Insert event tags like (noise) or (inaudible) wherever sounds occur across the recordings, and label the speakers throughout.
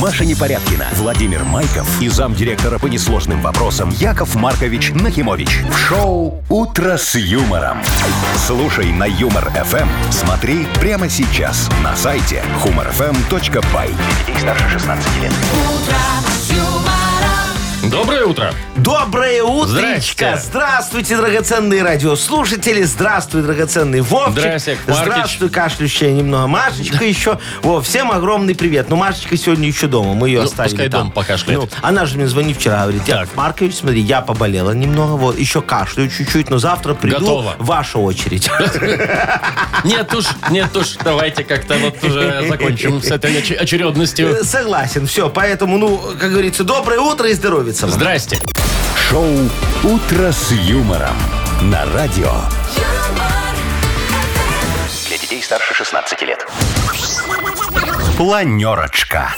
Speaker 1: Маша Непорядкина, Владимир Майков и замдиректора по несложным вопросам Яков Маркович Нахимович. В шоу «Утро с юмором». Слушай на «Юмор-ФМ». Смотри прямо сейчас на сайте humorfm.by. Для детей старше 16 лет.
Speaker 2: Доброе утро.
Speaker 3: Доброе
Speaker 2: Здрасте.
Speaker 3: утречко! Здравствуйте, драгоценные радиослушатели! Здравствуй, драгоценный Вовчик!
Speaker 2: Здрасте, Яков Маркич.
Speaker 3: Здравствуй, кашляющая немного Машечка еще. Во, всем огромный привет. Ну, Машечка сегодня еще дома, мы ее
Speaker 2: Ну,
Speaker 3: оставили
Speaker 2: пускай
Speaker 3: там.
Speaker 2: дома покашляет.
Speaker 3: Ну, она же мне звонит вчера, говорит, Яков
Speaker 2: Так.
Speaker 3: Маркович, смотри, я поболела немного, вот, еще кашляю чуть-чуть, но завтра приду,
Speaker 2: Готово. (laughs)
Speaker 3: ваша очередь. (laughs)
Speaker 2: Нет уж, нет уж, давайте как-то вот уже закончим с этой оч- очередностью.
Speaker 3: Согласен, все, поэтому, ну, как говорится, доброе утро и здоровится вам.
Speaker 2: Здрасте.
Speaker 1: Шоу «Утро с юмором» на радио.
Speaker 4: Для детей старше 16 лет.
Speaker 1: Планерочка.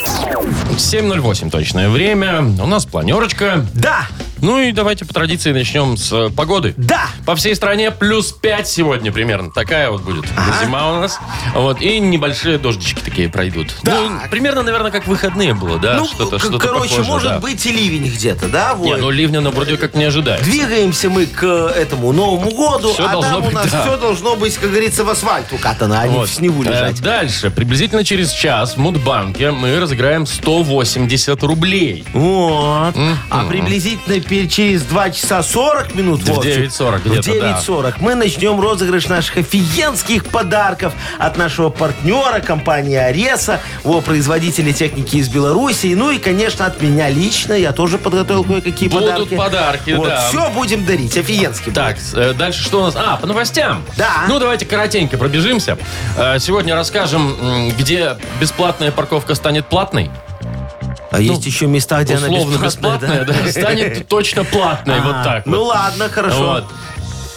Speaker 2: 7.08 точное время. У нас планерочка.
Speaker 3: Да,
Speaker 2: Ну и давайте по традиции начнем с э, погоды.
Speaker 3: да,
Speaker 2: По всей стране плюс 5 сегодня примерно. Такая вот будет зима у нас. Вот, и небольшие дождички такие пройдут. Ну, примерно, наверное, как выходные было, да?
Speaker 3: ну,
Speaker 2: что-то,
Speaker 3: к-
Speaker 2: что-то
Speaker 3: короче,
Speaker 2: похожее,
Speaker 3: может
Speaker 2: да.
Speaker 3: быть и ливень где-то, да, вот.
Speaker 2: Не, ну ливня на вроде как не ожидает.
Speaker 3: Двигаемся мы к э, этому Новому году,
Speaker 2: Всё
Speaker 3: а
Speaker 2: должно
Speaker 3: там
Speaker 2: быть,
Speaker 3: у нас
Speaker 2: да.
Speaker 3: все должно быть, как говорится, в асфальт укатано, а не
Speaker 2: Вот.
Speaker 3: в снегу
Speaker 2: Э,
Speaker 3: лежать.
Speaker 2: Дальше. Приблизительно через час в Мудбанке мы разыграем 180 рублей.
Speaker 3: Вот. А приблизительно пер- через 2 часа 40 минут,
Speaker 2: Да в
Speaker 3: Вовчик,
Speaker 2: 9:40
Speaker 3: в
Speaker 2: где-то, да.
Speaker 3: 9.40 мы начнем розыгрыш наших офигенских подарков от нашего партнера, компании Ареса, о, производителя техники из Белоруссии, ну и, конечно, от меня лично, я тоже подготовил кое-какие
Speaker 2: Будут
Speaker 3: подарки.
Speaker 2: подарки,
Speaker 3: вот,
Speaker 2: да.
Speaker 3: Все будем дарить, офигенские.
Speaker 2: Так, э, дальше что у нас? А, по новостям.
Speaker 3: Да.
Speaker 2: Ну, давайте коротенько пробежимся. Э, Сегодня расскажем, м, где бесплатная парковка станет платной.
Speaker 3: А есть еще места, где она
Speaker 2: ну, Условно
Speaker 3: бесплатная,
Speaker 2: бесплатная, да, станет точно платной. Вот
Speaker 3: А,
Speaker 2: так
Speaker 3: Ну
Speaker 2: вот.
Speaker 3: ладно, хорошо.
Speaker 2: Вот.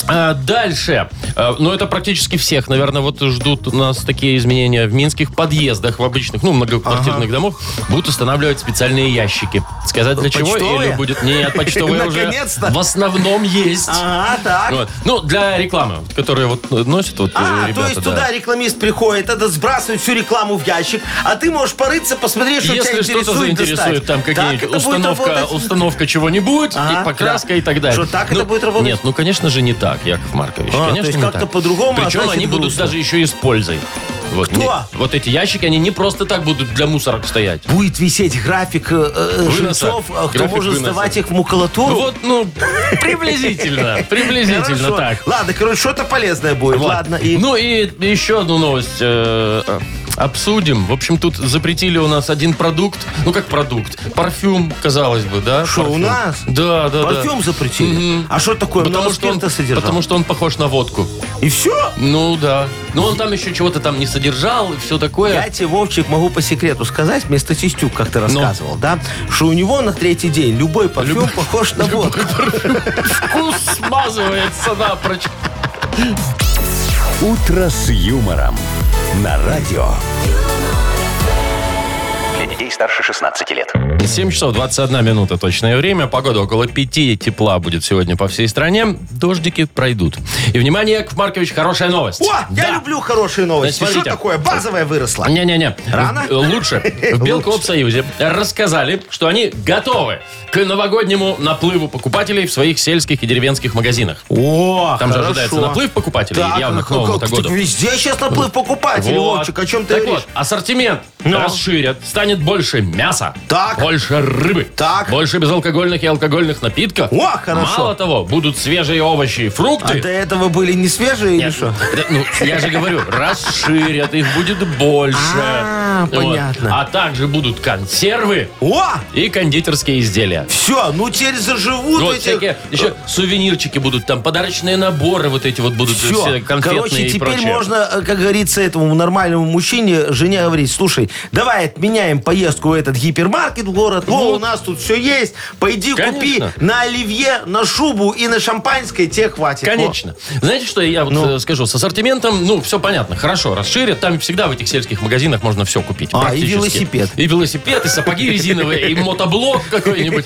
Speaker 2: А, Дальше. А, Ну, это практически всех, наверное, вот ждут у нас такие изменения. В минских подъездах, в обычных, ну, многоквартирных домов будут устанавливать специальные ящики. Сказать для чего?
Speaker 3: Почтовые?
Speaker 2: Или будет... Нет,
Speaker 3: (laughs)
Speaker 2: почтовые уже
Speaker 3: Наконец-то. А.
Speaker 2: в основном есть.
Speaker 3: Ага, так.
Speaker 2: Вот. Ну, для рекламы, которые вот носят вот э,
Speaker 3: А,
Speaker 2: ребята.
Speaker 3: то
Speaker 2: да.
Speaker 3: есть туда рекламист приходит, это сбрасывает всю рекламу в ящик, а ты можешь порыться, посмотреть, что
Speaker 2: Если
Speaker 3: тебя интересует,
Speaker 2: что-то заинтересует,
Speaker 3: достать.
Speaker 2: там
Speaker 3: Так это
Speaker 2: какие-нибудь
Speaker 3: будет
Speaker 2: установка,
Speaker 3: работать?
Speaker 2: установка чего-нибудь,
Speaker 3: Ага,
Speaker 2: и покраска
Speaker 3: да.
Speaker 2: и так далее.
Speaker 3: Что, так
Speaker 2: Ну,
Speaker 3: это будет работать?
Speaker 2: Нет, ну, конечно же, не так, Яков Маркович.
Speaker 3: А, то
Speaker 2: конечно,
Speaker 3: есть
Speaker 2: не
Speaker 3: как-то
Speaker 2: так.
Speaker 3: по-другому, а
Speaker 2: Причем
Speaker 3: значит,
Speaker 2: они будут
Speaker 3: грустно.
Speaker 2: даже еще и с пользой. Вот,
Speaker 3: Кто?
Speaker 2: не- вот эти ящики, они не просто так будут для мусорок стоять.
Speaker 3: Будет висеть график э, э,
Speaker 2: Выноса.
Speaker 3: жильцов, э, кто
Speaker 2: График
Speaker 3: может
Speaker 2: выноса.
Speaker 3: сдавать их в макулатуру.
Speaker 2: Вот,
Speaker 3: (laughs)
Speaker 2: ну, приблизительно, приблизительно
Speaker 3: Хорошо.
Speaker 2: так.
Speaker 3: Ладно, короче, что-то полезное будет.
Speaker 2: Вот.
Speaker 3: Ладно, и...
Speaker 2: Ну и еще одну новость э, э, обсудим. В общем, тут запретили у нас один продукт. Ну как продукт? Парфюм, казалось бы, да?
Speaker 3: Что, у
Speaker 2: парфюм.
Speaker 3: нас?
Speaker 2: Да, да,
Speaker 3: Парфюм
Speaker 2: да.
Speaker 3: запретили.
Speaker 2: Мгм.
Speaker 3: А что такое?
Speaker 2: Потому
Speaker 3: Много
Speaker 2: что, он,
Speaker 3: спирта содержал.
Speaker 2: потому что он похож на водку.
Speaker 3: И все?
Speaker 2: Ну да. Но он там еще чего-то там не содержал и все такое.
Speaker 3: Я тебе, Вовчик, могу по секрету сказать, мне статистюк как-то
Speaker 2: Ну.
Speaker 3: рассказывал, да, что у него на третий день любой парфюм
Speaker 2: (laughs)
Speaker 3: похож на водку.
Speaker 2: Вкус смазывается напрочь.
Speaker 1: «Утро с юмором» на радио.
Speaker 4: Для детей старше 16 лет.
Speaker 2: 7 часов 21 минута точное время. Погода около 5 тепла будет сегодня по всей стране. Дождики пройдут. И, внимание, Яков Маркович, хорошая новость.
Speaker 3: О, я
Speaker 2: Да.
Speaker 3: люблю хорошие новости.
Speaker 2: Значит,
Speaker 3: Что
Speaker 2: смотрите.
Speaker 3: такое? Базовая выросла.
Speaker 2: Не-не-не.
Speaker 3: Рано?
Speaker 2: Э, Лучше. В Белкоопсоюзе рассказали, что они готовы к новогоднему наплыву покупателей в своих сельских и деревенских магазинах.
Speaker 3: О,
Speaker 2: Там же
Speaker 3: хорошо.
Speaker 2: ожидается наплыв покупателей
Speaker 3: Так,
Speaker 2: явно
Speaker 3: ну,
Speaker 2: к Новому
Speaker 3: как-
Speaker 2: году.
Speaker 3: так Везде сейчас наплыв покупателей,
Speaker 2: Вот.
Speaker 3: Вовчик, о чем ты
Speaker 2: так
Speaker 3: говоришь?
Speaker 2: вот, ассортимент расширят. Станет больше мяса.
Speaker 3: Так.
Speaker 2: Больше рыбы.
Speaker 3: Так.
Speaker 2: Больше безалкогольных и алкогольных напитков.
Speaker 3: О, хорошо.
Speaker 2: Мало того, будут свежие овощи и
Speaker 3: А
Speaker 2: фрукты.
Speaker 3: до этого были не свежие или
Speaker 2: Нет,
Speaker 3: что?
Speaker 2: да, ну, я же говорю, расширят, их будет больше.
Speaker 3: А,
Speaker 2: Вот.
Speaker 3: понятно.
Speaker 2: А также будут консервы
Speaker 3: О,
Speaker 2: и кондитерские изделия.
Speaker 3: все, ну теперь заживут
Speaker 2: Вот
Speaker 3: эти- э,
Speaker 2: всякие, еще сувенирчики будут там, подарочные наборы вот эти вот будут,
Speaker 3: Всё.
Speaker 2: все конфетные
Speaker 3: Короче,
Speaker 2: и
Speaker 3: теперь
Speaker 2: прочее.
Speaker 3: можно, э, как говорится, этому нормальному мужчине, жене говорить, слушай, давай отменяем поездку в этот гипермаркет в город, о,
Speaker 2: Вот.
Speaker 3: у нас тут все есть, пойди купи
Speaker 2: Ну. Конечно.
Speaker 3: на оливье, на шубу и на шампанское, тебе хватит. О.
Speaker 2: Конечно. Знаете, ну, что я вот э, скажу? С ассортиментом, ну, все понятно, хорошо, расширят. Там всегда в этих сельских магазинах можно все все купить.
Speaker 3: А, и
Speaker 2: практически.
Speaker 3: велосипед.
Speaker 2: И велосипед, и сапоги резиновые, и мотоблок какой-нибудь.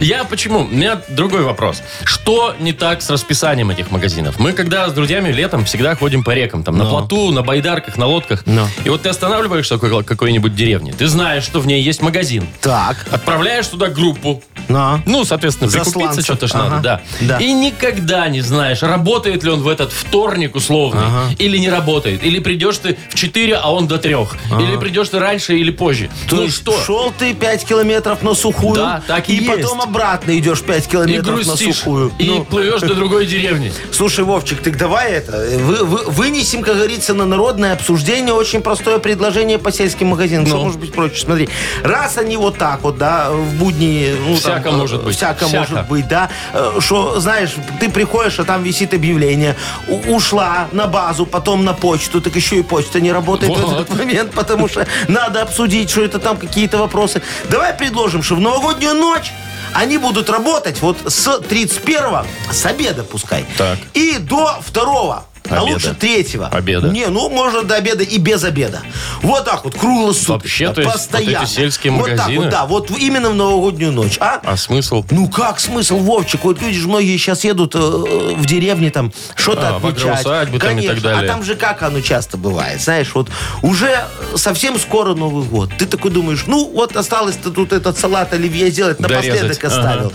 Speaker 2: Я почему? У меня другой вопрос. Что не так с расписанием этих магазинов? Мы когда с друзьями летом всегда ходим по рекам, там, на
Speaker 3: Ну.
Speaker 2: плоту, на байдарках, на лодках.
Speaker 3: Но.
Speaker 2: И вот ты останавливаешься в какой- какой-нибудь деревне, ты знаешь, что в ней есть магазин.
Speaker 3: Так,
Speaker 2: Отправляешь туда группу,
Speaker 3: на.
Speaker 2: ну, соответственно, прикупиться
Speaker 3: Засланцев.
Speaker 2: что-то ж
Speaker 3: Ага.
Speaker 2: надо, да.
Speaker 3: Да.
Speaker 2: И никогда не знаешь, работает ли он в этот вторник условный, или не работает. Или придешь ты в 4, а он до 3. Или придешь ты раньше или позже.
Speaker 3: То
Speaker 2: ну
Speaker 3: есть
Speaker 2: что?
Speaker 3: Шел ты 5 километров на сухую.
Speaker 2: Да, так и
Speaker 3: потом
Speaker 2: есть.
Speaker 3: обратно идешь 5
Speaker 2: И
Speaker 3: километров на
Speaker 2: грустишь,
Speaker 3: сухую.
Speaker 2: и
Speaker 3: Ну.
Speaker 2: плывешь до другой деревни.
Speaker 3: Слушай, Вовчик, так давай это, э, вы- вы- вынесем, как говорится, на народное обсуждение очень простое предложение по сельским магазинам. Что
Speaker 2: Ну.
Speaker 3: может быть проще? Смотри, раз они вот так вот, да, в будни... ну, там,
Speaker 2: Всяко
Speaker 3: э,
Speaker 2: может быть.
Speaker 3: Всяко,
Speaker 2: Всяко.
Speaker 3: может быть, да. э, Что, знаешь, ты приходишь, а там висит объявление. У- Ушла на базу, потом на почту, так еще и почта не работает в (laughs)
Speaker 2: Вот.
Speaker 3: этот момент, потому что надо обсудить, что это там какие-то вопросы. Давай предложим, что в новогоднюю ночь они будут работать вот с 31 с обеда пускай.
Speaker 2: Так.
Speaker 3: И до 2 а
Speaker 2: Обеда.
Speaker 3: лучше третьего.
Speaker 2: Обеда.
Speaker 3: Не, ну, можно до обеда и без обеда. Вот так вот, круглосуточно.
Speaker 2: Вообще, то есть, вот
Speaker 3: постоянно.
Speaker 2: эти сельские
Speaker 3: Вот так
Speaker 2: магазины?
Speaker 3: вот, да, вот в- именно в новогоднюю ночь. А?
Speaker 2: А смысл?
Speaker 3: Ну как смысл, Вовчик? Вот люди же многие сейчас едут э, в деревне там что-то
Speaker 2: А, в
Speaker 3: отмечать.
Speaker 2: агроусадьбы там и
Speaker 3: Конечно,
Speaker 2: так далее.
Speaker 3: а там же как оно часто бывает, знаешь, вот уже совсем скоро Новый год. Ты такой думаешь, ну вот осталось-то тут этот салат оливье сделать,
Speaker 2: Дорезать,
Speaker 3: напоследок
Speaker 2: ага.
Speaker 3: оставил.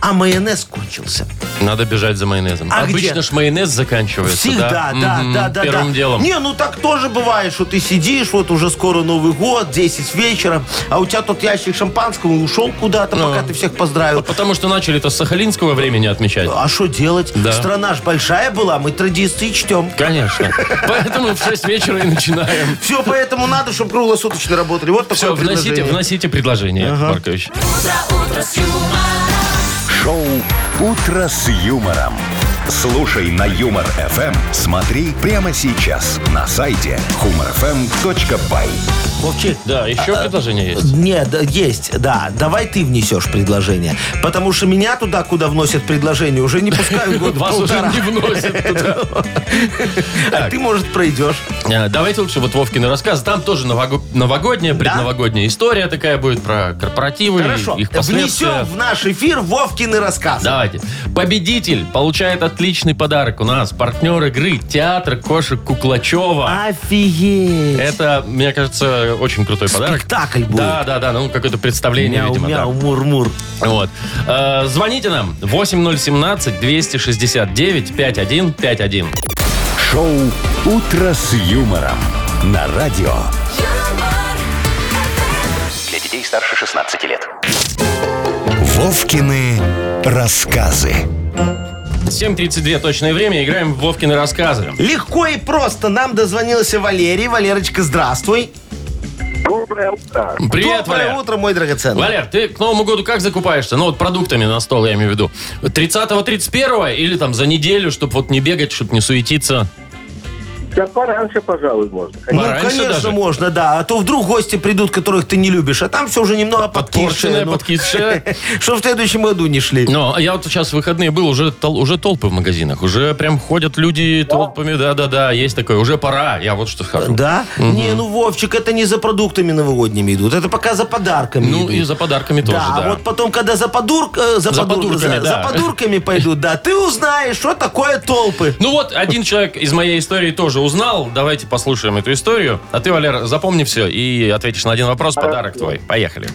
Speaker 3: А майонез кончился.
Speaker 2: Надо бежать за майонезом.
Speaker 3: А
Speaker 2: Обычно
Speaker 3: где?
Speaker 2: ж майонез заканчивается,
Speaker 3: Всегда, да,
Speaker 2: Мгм,
Speaker 3: да, да.
Speaker 2: Первым
Speaker 3: да.
Speaker 2: делом.
Speaker 3: Не, ну так тоже бывает, что ты сидишь, вот уже скоро Новый год, 10 вечера, а у тебя тот ящик шампанского ушел куда-то, пока
Speaker 2: А.
Speaker 3: ты всех поздравил.
Speaker 2: Потому что начали это с сахалинского времени отмечать.
Speaker 3: А что делать?
Speaker 2: Да.
Speaker 3: Страна ж большая была, мы традиции чтем.
Speaker 2: Конечно. Поэтому в 6 вечера и начинаем.
Speaker 3: Все, поэтому надо, чтобы круглосуточно работали. Вот такое
Speaker 2: Все, вносите,
Speaker 3: предложение.
Speaker 2: вносите предложение, Яков Маркович.
Speaker 1: Шоу «Утро с юмором». Слушай на Юмор ФМ. Смотри прямо сейчас на сайте humorfm.by.
Speaker 3: Вовчик,
Speaker 2: Да, еще
Speaker 3: А,
Speaker 2: предложение
Speaker 3: (laughs)
Speaker 2: есть.
Speaker 3: Нет, да, есть, да. Давай ты внесешь предложение. Потому что меня туда, куда вносят предложение, уже
Speaker 2: (laughs)
Speaker 3: не пускают год
Speaker 2: Вас уже
Speaker 3: полтора.
Speaker 2: не вносят туда.
Speaker 3: (laughs) А ты, может, пройдешь.
Speaker 2: А, Давайте лучше вот Вовкины рассказ. Там тоже нового- новогодняя, предновогодняя история такая будет про корпоративы,
Speaker 3: Хорошо.
Speaker 2: и их
Speaker 3: Внесем
Speaker 2: последствия.
Speaker 3: в наш эфир Вовкины рассказы.
Speaker 2: Давайте. Победитель получает отличный подарок. У нас партнер игры «Театр кошек
Speaker 3: А.
Speaker 2: Куклачева».
Speaker 3: Офигеть.
Speaker 2: Это, мне кажется, очень крутой подарок.
Speaker 3: Спектакль будет.
Speaker 2: Э, Да, да, да, ну какое-то представление,
Speaker 3: Мяу,
Speaker 2: видимо, да.
Speaker 3: мяу, мур-мур.
Speaker 2: Вот. Э, звоните нам 8017-269-5151.
Speaker 1: Шоу «Утро с юмором» на радио.
Speaker 4: Для детей старше 16 лет.
Speaker 1: Вовкины рассказы.
Speaker 2: 7.32 точное время. Играем в Вовкины рассказы.
Speaker 3: Легко и просто. Нам дозвонился Валерий. Валерочка, здравствуй.
Speaker 5: Доброе утро.
Speaker 2: Привет,
Speaker 3: Доброе
Speaker 2: Валер.
Speaker 3: утро, мой драгоценный.
Speaker 2: Валер, ты к Новому году как закупаешься? Ну, вот продуктами на стол, я имею в виду. 30-31 или там за неделю, чтобы вот не бегать, чтобы не суетиться?
Speaker 5: Да пораньше, пожалуй, можно.
Speaker 3: Ну,
Speaker 2: Пораньше
Speaker 3: конечно,
Speaker 2: даже?
Speaker 3: можно, да. А то вдруг гости придут, которых ты не любишь, а там все уже немного
Speaker 2: Подпорченное,
Speaker 3: подкисшее. ну.
Speaker 2: подкисшее.
Speaker 3: (laughs) Что в следующем году не шли.
Speaker 2: Ну, а я вот сейчас в выходные был, уже, тол- уже толпы в магазинах. Уже прям ходят люди толпами. Да-да-да, есть такое. Уже пора, я вот что скажу.
Speaker 3: Да? Не, ну, Вовчик, это не за продуктами новогодними идут, это пока за подарками
Speaker 2: Ну,
Speaker 3: идут.
Speaker 2: и за подарками тоже,
Speaker 3: Да,
Speaker 2: да.
Speaker 3: вот потом, когда за, подурк, э, за,
Speaker 2: За
Speaker 3: подур-
Speaker 2: подурками,
Speaker 3: за-
Speaker 2: да.
Speaker 3: за подурками пойдут, да, ты узнаешь, что такое толпы.
Speaker 2: Ну вот, один человек из моей истории тоже узнал. Давайте послушаем эту историю. А ты, Валер, запомни все и ответишь на один вопрос. Подарок твой. Поехали.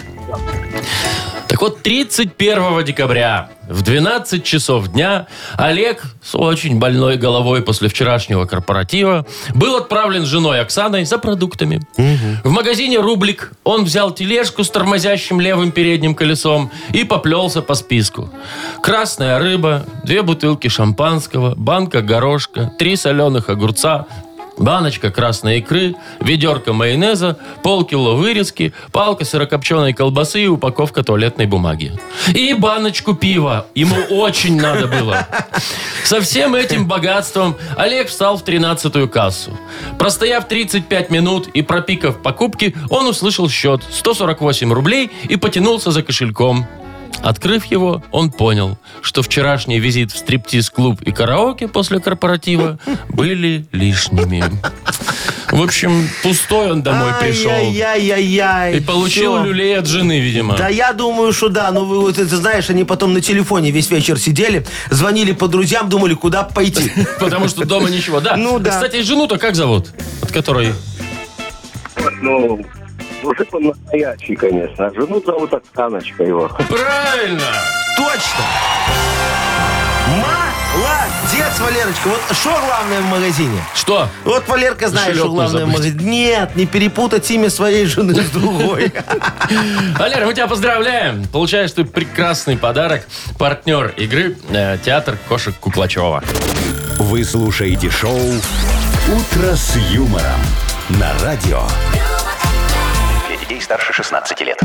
Speaker 2: Так вот, 31 декабря в 12 часов дня Олег с очень больной головой после вчерашнего корпоратива был отправлен с женой Оксаной за продуктами. В магазине «Рублик» он взял тележку с тормозящим левым передним колесом и поплелся по списку. Красная рыба, две бутылки шампанского, банка горошка, три соленых огурца, баночка красной икры, ведерко майонеза, полкило вырезки, палка сырокопченой колбасы и упаковка туалетной бумаги. И баночку пива. Ему очень надо было. Со всем этим богатством Олег встал в 13-ю кассу. Простояв 35 минут и пропикав покупки, он услышал счет 148 рублей и потянулся за кошельком. Открыв его, он понял, что вчерашний визит в стриптиз-клуб и караоке после корпоратива были лишними. В общем, пустой он домой пришел.
Speaker 3: Ай-яй-яй-яй-яй.
Speaker 2: И получил
Speaker 3: Всё.
Speaker 2: люлей от жены, видимо.
Speaker 3: Да я думаю, что да. Ну, вы вот это знаешь, они потом на телефоне весь вечер сидели, звонили по друзьям, думали, куда
Speaker 2: (laughs)
Speaker 3: пойти.
Speaker 2: Потому что дома ничего, да.
Speaker 3: Ну да.
Speaker 2: Кстати, жену-то как зовут? От которой...
Speaker 5: Ну, уже по-настоящий, конечно. А жену зовут Оксаночка его.
Speaker 2: Правильно!
Speaker 3: Точно! Молодец, Валерочка. Вот что главное в магазине?
Speaker 2: Что?
Speaker 3: Вот Валерка знает,
Speaker 2: Кошелек
Speaker 3: что главное в
Speaker 2: не
Speaker 3: магазине. Нет, не перепутать имя своей жены
Speaker 2: (laughs)
Speaker 3: с другой.
Speaker 2: Валера, мы тебя поздравляем! Получаешь ты прекрасный подарок. Партнер игры э, «Театр кошек Куклачева».
Speaker 1: Вы слушаете шоу «Утро с юмором» на радио.
Speaker 4: Для детей старше 16 лет.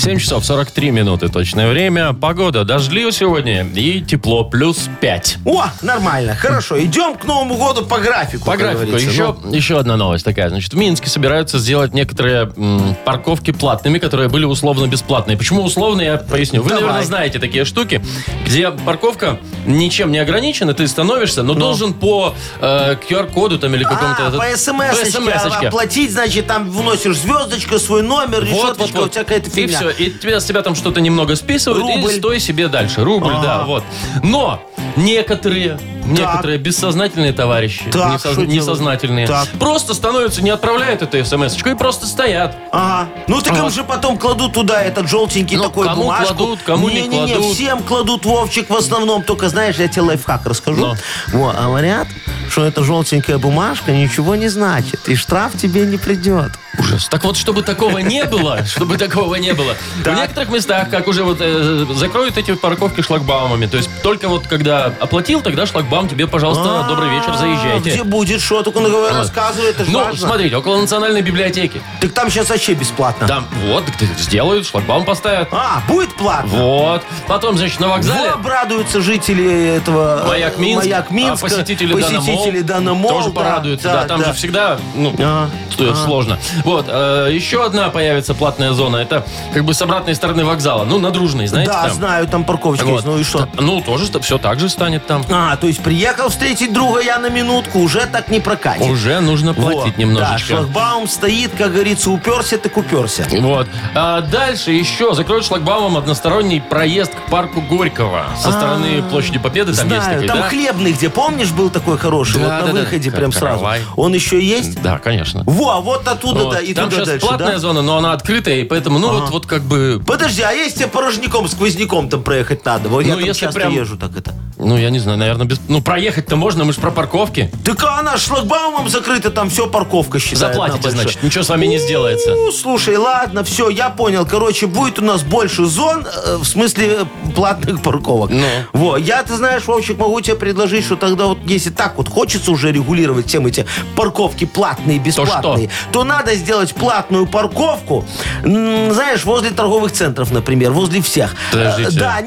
Speaker 2: 7 часов 43 минуты точное время. Погода дождливо сегодня и тепло плюс 5.
Speaker 3: О, нормально, хорошо. Идем к Новому году по графику.
Speaker 2: По
Speaker 3: как
Speaker 2: графику
Speaker 3: говорится. Ну,
Speaker 2: еще, Ну, еще одна новость такая. Значит, в Минске собираются сделать некоторые м, парковки платными, которые были условно-бесплатные. Почему условные, я поясню. Вы,
Speaker 3: Давай.
Speaker 2: наверное, знаете такие штуки, где парковка ничем не ограничена, ты становишься, но должен по э, QR-коду там или какому-то...
Speaker 3: Ну. А,
Speaker 2: этот-
Speaker 3: по смс
Speaker 2: SMS-очке.
Speaker 3: оплатить, значит, там вносишь звездочку, свой
Speaker 2: Вот,
Speaker 3: номер,
Speaker 2: вот,
Speaker 3: решеточку,
Speaker 2: вот.
Speaker 3: вот всякая-то
Speaker 2: И
Speaker 3: фигня.
Speaker 2: все. И тебя, с тебя там что-то немного списывают,
Speaker 3: Рубль.
Speaker 2: и стой себе дальше. Рубль, да, вот. Но некоторые, некоторые бессознательные товарищи,
Speaker 3: Так,
Speaker 2: несоз-
Speaker 3: что делать?
Speaker 2: несознательные,
Speaker 3: Так.
Speaker 2: просто становятся, не отправляют эту смс и просто стоят.
Speaker 3: Ага. Ну так им
Speaker 2: Вот.
Speaker 3: же потом кладут туда этот желтенький
Speaker 2: Ну,
Speaker 3: такой
Speaker 2: кому
Speaker 3: бумажку.
Speaker 2: кладут, кому не
Speaker 3: Не-не-не,
Speaker 2: кладут.
Speaker 3: всем кладут, Вовчик, в основном. Только, знаешь, я тебе лайфхак расскажу.
Speaker 2: Ну.
Speaker 3: Во, а говорят, что эта желтенькая бумажка ничего не значит. И штраф тебе не придет.
Speaker 2: Ужас. Так вот, чтобы такого не
Speaker 3: (laughs)
Speaker 2: было, чтобы такого не было, в некоторых местах, как уже вот э, закроют эти парковки шлагбаумами, то есть только вот когда оплатил, тогда шлагбаум тебе, пожалуйста, добрый вечер,
Speaker 3: А, Где
Speaker 2: заезжайте.
Speaker 3: будет, что? Только ну, говорю, рассказывай, это же
Speaker 2: Ну,
Speaker 3: важно.
Speaker 2: смотрите, около национальной библиотеки.
Speaker 3: Так там сейчас вообще бесплатно.
Speaker 2: Там вот, так сделают, шлагбаум поставят.
Speaker 3: А, будет платно?
Speaker 2: Вот. Потом, значит, на вокзале...
Speaker 3: Во, обрадуются жители этого э,
Speaker 2: Маяк Минск,
Speaker 3: Маяк Минска,
Speaker 2: а посетители,
Speaker 3: посетители
Speaker 2: Дана Мол тоже
Speaker 3: да,
Speaker 2: порадуются, да,
Speaker 3: да,
Speaker 2: там
Speaker 3: да.
Speaker 2: же всегда ну,
Speaker 3: А,
Speaker 2: т- сложно. Вот, э, еще одна появится платная зона, это как бы с обратной стороны вокзала, ну, на Дружной, знаете,
Speaker 3: Да,
Speaker 2: там.
Speaker 3: знаю, там парковочка
Speaker 2: Вот.
Speaker 3: есть, ну и что?
Speaker 2: Т- Ну, тоже все так же станет там.
Speaker 3: А, то есть приехал встретить друга я на минутку, уже так не прокатит.
Speaker 2: Уже нужно
Speaker 3: Во,
Speaker 2: платить
Speaker 3: Да,
Speaker 2: немножечко.
Speaker 3: шлагбаум стоит, как говорится, уперся, так уперся.
Speaker 2: Вот. А дальше еще закроют шлагбаумом односторонний проезд к парку Горького со стороны площади Победы. Там есть
Speaker 3: А. Знаю,
Speaker 2: такой,
Speaker 3: там
Speaker 2: да?
Speaker 3: хлебный, где помнишь, был такой хороший,
Speaker 2: Да,
Speaker 3: вот на
Speaker 2: да, да.
Speaker 3: выходе
Speaker 2: Кар-
Speaker 3: прям сразу.
Speaker 2: каравай.
Speaker 3: Он еще есть?
Speaker 2: Да, конечно.
Speaker 3: Во, вот оттуда,
Speaker 2: Вот.
Speaker 3: Ну да, и
Speaker 2: там
Speaker 3: туда
Speaker 2: сейчас
Speaker 3: дальше,
Speaker 2: платная
Speaker 3: да?
Speaker 2: зона, но она открытая, и поэтому, ну, вот, вот как бы...
Speaker 3: Подожди, а если тебе порожняком, сквозняком там проехать надо? Вот я
Speaker 2: Ну,
Speaker 3: там
Speaker 2: если
Speaker 3: часто
Speaker 2: прям-
Speaker 3: езжу так это.
Speaker 2: Ну, я не знаю, наверное, без... Ну, проехать-то можно, мы же про парковки.
Speaker 3: Так а она шлагбаумом закрыта, там все парковка считает.
Speaker 2: Заплатите,
Speaker 3: одна большая.
Speaker 2: значит, ничего с вами не сделается.
Speaker 3: Ну, слушай, ладно, все, я понял. Короче, будет у нас больше зон, э, в смысле э, платных парковок.
Speaker 2: Ну.
Speaker 3: Во, я, ты знаешь, Вовчик, могу тебе предложить, что тогда вот, если так вот хочется уже регулировать тем эти парковки платные, бесплатные, то, надо сделать платную парковку, м, знаешь, возле торговых центров, например, возле всех.
Speaker 2: Подождите.
Speaker 3: Э, Да,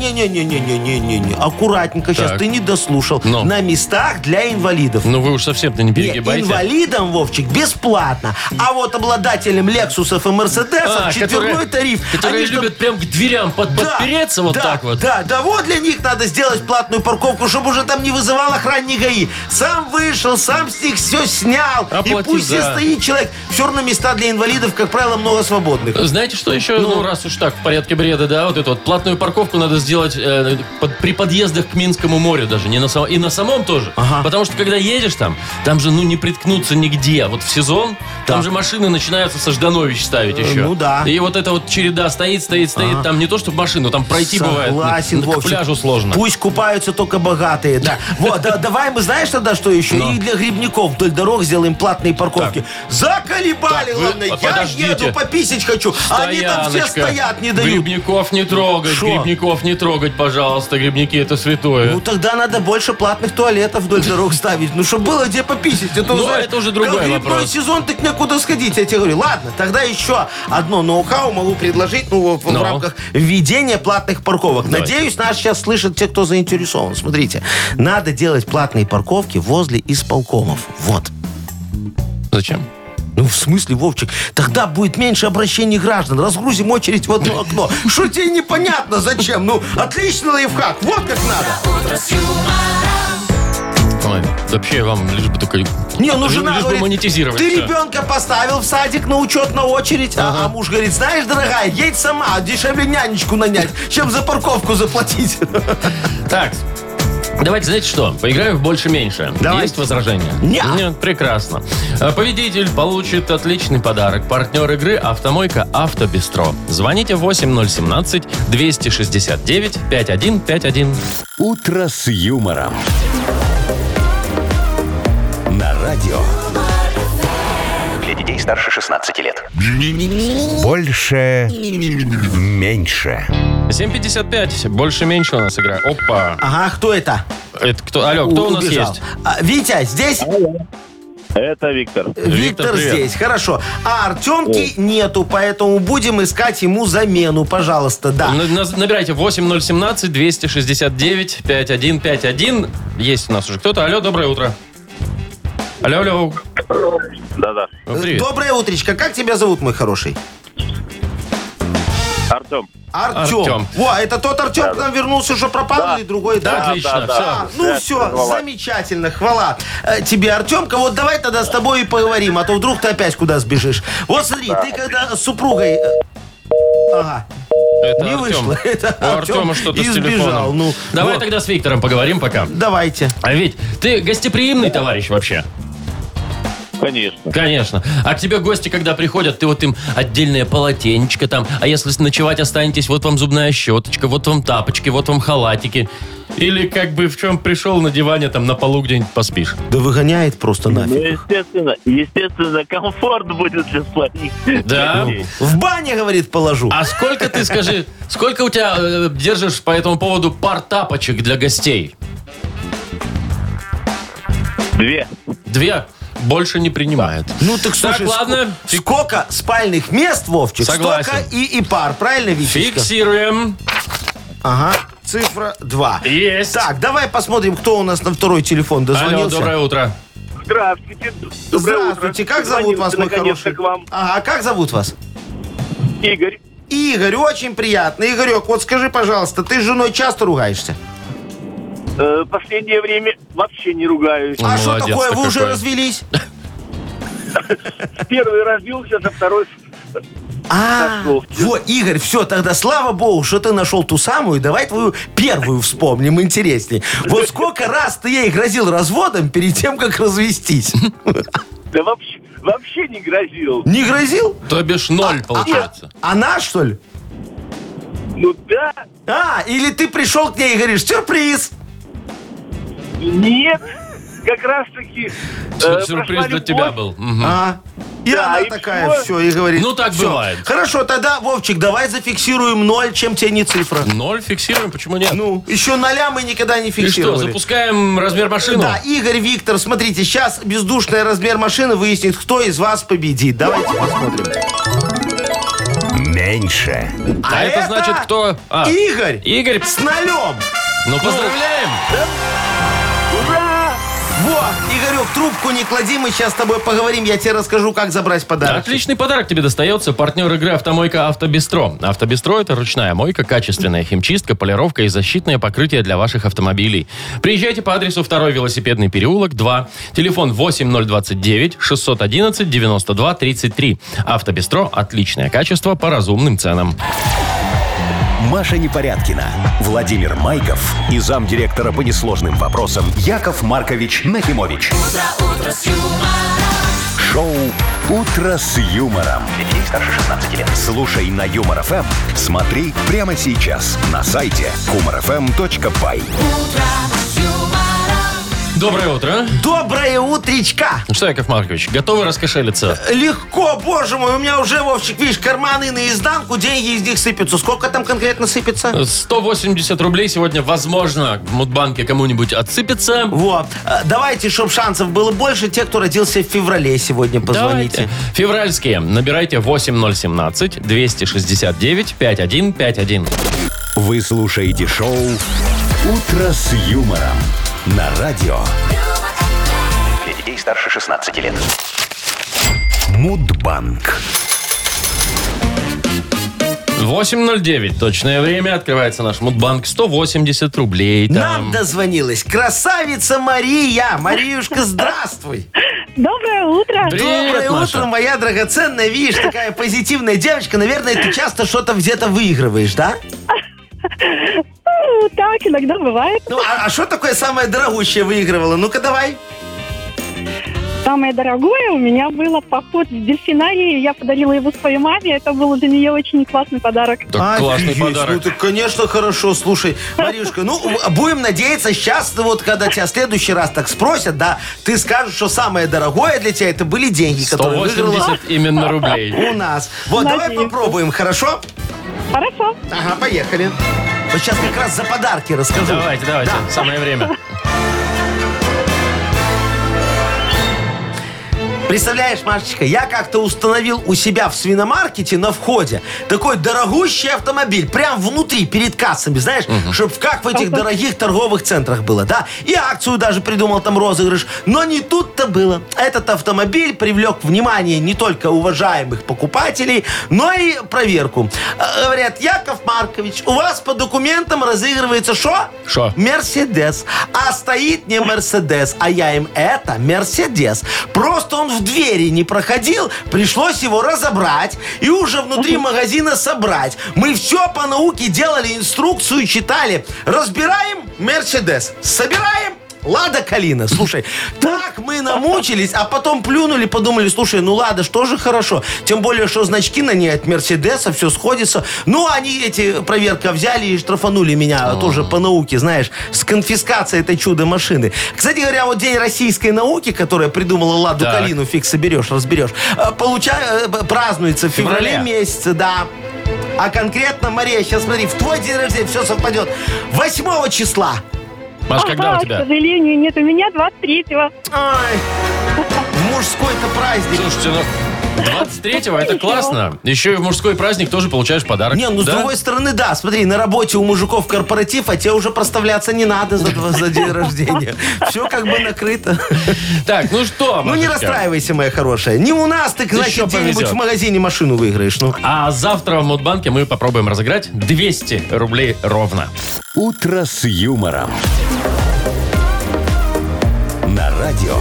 Speaker 3: не-не-не-не-не-не-не, аккуратненько, сейчас
Speaker 2: Так.
Speaker 3: ты не дослушал.
Speaker 2: Ну.
Speaker 3: На местах для инвалидов.
Speaker 2: Ну, вы уж совсем-то не
Speaker 3: Не,
Speaker 2: перегибайте.
Speaker 3: инвалидам, Вовчик, бесплатно. А вот обладателям Лексусов и Мерседесов
Speaker 2: А,
Speaker 3: четверной
Speaker 2: которые-
Speaker 3: тариф.
Speaker 2: Которые
Speaker 3: чтоб-
Speaker 2: любят прям к дверям под-
Speaker 3: Да,
Speaker 2: подпереться вот
Speaker 3: да,
Speaker 2: так вот.
Speaker 3: Да, да, вот для них надо сделать платную парковку, чтобы уже там не вызывал охранник ГАИ. Сам вышел, сам с них все снял.
Speaker 2: Оплатил,
Speaker 3: и пусть и
Speaker 2: да.
Speaker 3: стоит человек. Все равно места для инвалидов, как правило, много свободных.
Speaker 2: Знаете, что еще, ну, раз уж так, в порядке бреда, да, вот эту вот платную парковку надо сделать э, под- при подъездах к Минскому морю даже, не на самом, и на самом тоже.
Speaker 3: Ага.
Speaker 2: Потому что, когда едешь там, там же, ну, не приткнуться нигде. а Вот в сезон, там
Speaker 3: Так.
Speaker 2: же машины начинаются со Жданович ставить еще.
Speaker 3: ну да.
Speaker 2: И вот эта вот череда стоит, стоит, стоит, там не то, чтобы машину, там пройти бывает.
Speaker 3: Согласен,
Speaker 2: ну, к
Speaker 3: Вовчик.
Speaker 2: пляжу сложно.
Speaker 3: Пусть купаются только богатые. Да. (laughs) Вот, да, давай мы знаешь тогда, что еще?
Speaker 2: Но.
Speaker 3: И для грибников вдоль дорог сделаем платные парковки. Заколебали,
Speaker 2: Так, вы
Speaker 3: ладно, я
Speaker 2: подождите.
Speaker 3: еду пописить хочу. а Они там все
Speaker 2: Стояночка.
Speaker 3: стоят, не дают.
Speaker 2: Грибников не трогать,
Speaker 3: Шо?
Speaker 2: грибников не трогать, пожалуйста. Грибники это святое.
Speaker 3: Ну тогда надо больше платных туалетов вдоль дорог ставить. Ну, чтобы было где пописить. Это,
Speaker 2: Ну,
Speaker 3: знаешь,
Speaker 2: это уже другой
Speaker 3: как грибной
Speaker 2: вопрос.
Speaker 3: сезон, так некуда сходить, я тебе говорю. Ладно, тогда еще одно ноу-хау могу предложить, ну, в, в
Speaker 2: Но.
Speaker 3: рамках введения платных парковок.
Speaker 2: Давайте.
Speaker 3: Надеюсь, нас сейчас слышат те, кто заинтересован. Смотрите, надо делать платные парковки возле исполкомов. Вот.
Speaker 2: Зачем?
Speaker 3: Ну, в смысле, Вовчик, тогда будет меньше обращений граждан. Разгрузим очередь в одно окно. Что тебе непонятно зачем? Ну, отличный лайфхак. Вот как надо.
Speaker 2: О, понимаю. Вообще вам лишь бы только...
Speaker 3: Не, ну
Speaker 2: лишь-
Speaker 3: жена
Speaker 2: Лишь бы
Speaker 3: говорит,
Speaker 2: монетизировать.
Speaker 3: ты
Speaker 2: всё.
Speaker 3: ребенка поставил в садик на учет на очередь, а- а, муж говорит, знаешь, дорогая, едь сама, дешевле нянечку нанять, чем за парковку заплатить. (laughs)
Speaker 2: Так, давайте, знаете что, поиграем в больше-меньше.
Speaker 3: Давайте.
Speaker 2: Есть возражения?
Speaker 3: Нет.
Speaker 2: прекрасно. Э, Победитель получит отличный подарок. Партнер игры «Автомойка Автобестро». Звоните 8017-269-5151.
Speaker 1: «Утро с юмором». На радио
Speaker 4: Для детей старше 16 лет.
Speaker 1: «Больше, меньше».
Speaker 2: 7.55, больше-меньше у нас игра. Опа.
Speaker 3: Ага, кто это?
Speaker 2: Это кто? Алло, кто у, нас
Speaker 3: Убежал.
Speaker 2: есть?
Speaker 3: А, Витя, здесь?
Speaker 5: Это Виктор.
Speaker 2: Виктор,
Speaker 3: Виктор
Speaker 2: привет.
Speaker 3: здесь, хорошо. А Артемки нету, поэтому будем искать ему замену, пожалуйста, да.
Speaker 2: На- на- Набирайте 8017-269-5151. Есть у нас уже кто-то. Алло, доброе утро. Алло, алло.
Speaker 5: Да-да.
Speaker 2: Привет.
Speaker 3: Доброе утречко, как тебя зовут, мой хороший?
Speaker 5: Артем.
Speaker 3: Артем.
Speaker 2: Артем.
Speaker 3: Во, это тот Артем к нам вернулся, что пропал, или другой?
Speaker 2: Да, отлично.
Speaker 5: да,
Speaker 2: всё.
Speaker 5: да.
Speaker 3: А, ну
Speaker 5: Связь
Speaker 3: все,
Speaker 5: прервалась.
Speaker 3: замечательно, хвала э, тебе, Артемка. Вот давай тогда с тобой и поговорим, а то вдруг ты опять куда сбежишь. Вот смотри, ты когда с супругой... э, Ага,
Speaker 2: Это
Speaker 3: не
Speaker 2: Артем.
Speaker 3: вышло. (laughs) Это
Speaker 2: У
Speaker 3: Артем
Speaker 2: Артема что-то с
Speaker 3: избежал,
Speaker 2: телефоном.
Speaker 3: ну,
Speaker 2: Давай
Speaker 3: вот.
Speaker 2: тогда с Виктором поговорим пока.
Speaker 3: давайте.
Speaker 2: А ведь ты гостеприимный товарищ вообще.
Speaker 5: Конечно.
Speaker 2: Конечно. А к тебе гости, когда приходят, ты вот им отдельное полотенечко там, а если ночевать останетесь, вот вам зубная щеточка, вот вам тапочки, вот вам халатики. Или как бы в чем пришел на диване, там на полу где-нибудь поспишь.
Speaker 3: Да выгоняет просто
Speaker 5: Ну,
Speaker 3: нафиг.
Speaker 5: естественно, естественно, комфорт будет для своих.
Speaker 2: Да.
Speaker 5: людей.
Speaker 3: В бане, говорит, положу.
Speaker 2: А сколько ты, скажи, сколько у тебя э, держишь по этому поводу пар тапочек для гостей?
Speaker 5: Две.
Speaker 2: Две больше не принимает.
Speaker 3: Ну так слушай, ск-
Speaker 2: ладно. Фи-
Speaker 3: сколько спальных мест, Вовчик,
Speaker 2: Согласен.
Speaker 3: столько и, и пар, правильно, Витечка?
Speaker 2: Фиксируем.
Speaker 3: Ага, цифра 2.
Speaker 2: Есть.
Speaker 3: Так, давай посмотрим, кто у нас на второй телефон дозвонился.
Speaker 2: Алло, доброе утро.
Speaker 5: Здравствуйте.
Speaker 3: Здравствуйте, как зовут вас, мой хороший? Ага, а как зовут вас?
Speaker 5: Игорь.
Speaker 3: Игорь, очень приятно. Игорек, вот скажи, пожалуйста, ты с женой часто ругаешься?
Speaker 5: Э, последнее время вообще не ругаюсь.
Speaker 3: а что
Speaker 2: молодец-то
Speaker 3: такое, вы уже
Speaker 2: какой. (laughs)
Speaker 3: развелись?
Speaker 5: Первый родился, за второй...
Speaker 3: А, вот, Игорь, все, тогда слава богу, что ты нашел ту самую, давай твою первую вспомним, интересней. Вот сколько раз ты ей грозил разводом перед тем, как развестись?
Speaker 5: Да вообще, вообще не грозил.
Speaker 3: Не грозил? А,
Speaker 2: То бишь ноль получается.
Speaker 3: Она, что ли?
Speaker 5: Ну да,
Speaker 3: А, или ты пришел к ней и говоришь, сюрприз!
Speaker 5: нет, как э, раз таки...
Speaker 2: Сюр- Сюрприз для тебя был. Мгм.
Speaker 3: А, и
Speaker 5: Да,
Speaker 3: она
Speaker 5: и
Speaker 3: такая, все.
Speaker 5: всё.
Speaker 3: и говорит.
Speaker 2: Ну, так
Speaker 3: «Всё».
Speaker 2: бывает.
Speaker 3: Хорошо, тогда, Вовчик, давай зафиксируем ноль, чем тебе не цифра.
Speaker 2: Ноль фиксируем, почему нет?
Speaker 3: Ну, еще ноля мы никогда не
Speaker 2: И что, ну?
Speaker 3: фиксировали.
Speaker 2: запускаем размер машины?
Speaker 3: Да, Игорь, Виктор, смотрите, сейчас бездушный размер машины выяснит, кто из вас победит. Давайте посмотрим.
Speaker 1: Меньше.
Speaker 2: А, это, значит кто? А,
Speaker 3: Игорь
Speaker 2: Игорь.
Speaker 3: с нолем.
Speaker 2: Ну, поздравляем.
Speaker 3: Вот, Игорек, трубку не клади, мы сейчас с тобой поговорим, я тебе расскажу, как забрать подарок.
Speaker 2: Отличный подарок тебе достается. Партнер игры «Автомойка Автобестро». «Автобестро» — это ручная мойка, качественная химчистка, полировка и защитное покрытие для ваших автомобилей. Приезжайте по адресу 2 велосипедный переулок, 2. Телефон 8029-611-92-33. «Автобестро» — отличное качество по разумным ценам.
Speaker 1: Маша Непорядкина, Владимир Майков и замдиректора по несложным вопросам Яков Маркович Нахимович. Шоу Утро с юмором.
Speaker 4: Для детей старше 16 лет.
Speaker 1: Слушай на юмор ФМ, смотри прямо сейчас на сайте humorfm.by.
Speaker 2: Доброе утро.
Speaker 3: Доброе утречка.
Speaker 2: Ну что, Яков Маркович, готовы раскошелиться?
Speaker 3: Легко, боже мой, у меня уже, Вовчик, видишь, карманы наизданку, деньги из них сыпятся. Сколько там конкретно
Speaker 2: Э.
Speaker 3: сыпется?
Speaker 2: 180 рублей сегодня, возможно, в Мудбанке кому-нибудь отсыпется.
Speaker 3: Вот. Э, Давайте, чтобы шансов было больше, те, кто родился в феврале сегодня, позвоните.
Speaker 2: Давайте. Февральские. Набирайте 8017-269-5151.
Speaker 1: Вы слушаете шоу Утро с юмором на радио
Speaker 4: Для детей старше 16 лет.
Speaker 1: Мудбанк.
Speaker 2: 8.09. Точное время. Открывается наш мудбанк. 180 рублей. Там.
Speaker 3: Нам дозвонилась красавица Мария. Мариюшка, здравствуй.
Speaker 6: Доброе утро.
Speaker 2: Привет,
Speaker 3: Доброе
Speaker 2: Маша.
Speaker 3: утро, моя драгоценная. Видишь, такая позитивная девочка. Наверное, ты часто что-то где-то выигрываешь, да?
Speaker 6: Ну, так иногда бывает.
Speaker 3: Ну, а что такое самое дорогущее выигрывала? Ну-ка, давай.
Speaker 6: Самое дорогое у меня было поход в дельфинарий. Я подарила его своей маме. Это был для нее очень классный подарок.
Speaker 2: Так, классный
Speaker 3: Офигеть, Ну,
Speaker 2: подарок.
Speaker 3: ты, конечно, хорошо, слушай, Маришка, ну, в- будем надеяться, сейчас, ну, вот, когда тебя в следующий раз так спросят, да, ты скажешь, что самое дорогое для тебя это были деньги, которые выиграла
Speaker 2: 180 именно рублей.
Speaker 3: у нас. Вот, давай
Speaker 6: Надеюсь.
Speaker 3: попробуем, хорошо?
Speaker 6: Хорошо.
Speaker 3: Ага, поехали. Вот сейчас как раз за подарки расскажу.
Speaker 2: Давайте, давайте. Самое время.
Speaker 3: Представляешь, Машечка, я как-то установил у себя в свиномаркете на входе такой дорогущий автомобиль, прям внутри, перед кассами, знаешь, чтобы как в этих дорогих торговых центрах было, да? И акцию даже придумал там розыгрыш. Но не тут-то было. Этот автомобиль привлек внимание не только уважаемых покупателей, но и проверку. Э, Говорят, Яков Маркович, у вас по документам разыгрывается что?
Speaker 2: Шо?
Speaker 3: Мерседес. А стоит не Мерседес, а я им это Мерседес. Просто он в двери не проходил, пришлось его разобрать и уже внутри магазина собрать. Мы все по науке делали, инструкцию читали. Разбираем Мерседес, собираем Лада Калина, слушай, так мы намучились, а потом плюнули, подумали, слушай, ну Лада, что же хорошо. Тем более, что значки на ней от Мерседеса, все сходится. Ну, они эти проверка взяли и штрафанули меня тоже по науке, знаешь, с конфискацией этой чудо машины. Кстати говоря, вот День российской науки, которая придумала Ладу
Speaker 2: Так.
Speaker 3: Калину, фиг соберешь, разберешь, э, получа- э, б- празднуется в феврале
Speaker 2: Феврале.
Speaker 3: месяце, да. А конкретно, Мария, сейчас смотри, в твой день рождения все совпадет. 8 числа.
Speaker 2: Маш, когда
Speaker 6: Ага,
Speaker 2: у
Speaker 6: К
Speaker 2: тебя?
Speaker 6: сожалению, нет. У меня 23-го.
Speaker 3: Ай, в мужской-то праздник.
Speaker 2: Слушайте, ну, 23-го это классно. Еще и в мужской праздник тоже получаешь подарок.
Speaker 3: Не, ну с
Speaker 2: Да?
Speaker 3: другой стороны, да, смотри, на работе у мужиков корпоратив, а тебе уже проставляться не надо за, два- за день рождения. Все как бы накрыто.
Speaker 2: Так, ну что,
Speaker 3: Ну не
Speaker 2: Машечка?
Speaker 3: расстраивайся, моя хорошая. Не у нас, ты,
Speaker 2: Еще
Speaker 3: значит, где-нибудь
Speaker 2: повезет.
Speaker 3: в магазине машину выиграешь. Ну.
Speaker 2: А завтра в Мудбанке мы попробуем разыграть 200 рублей ровно.
Speaker 1: «Утро с юмором». На радио.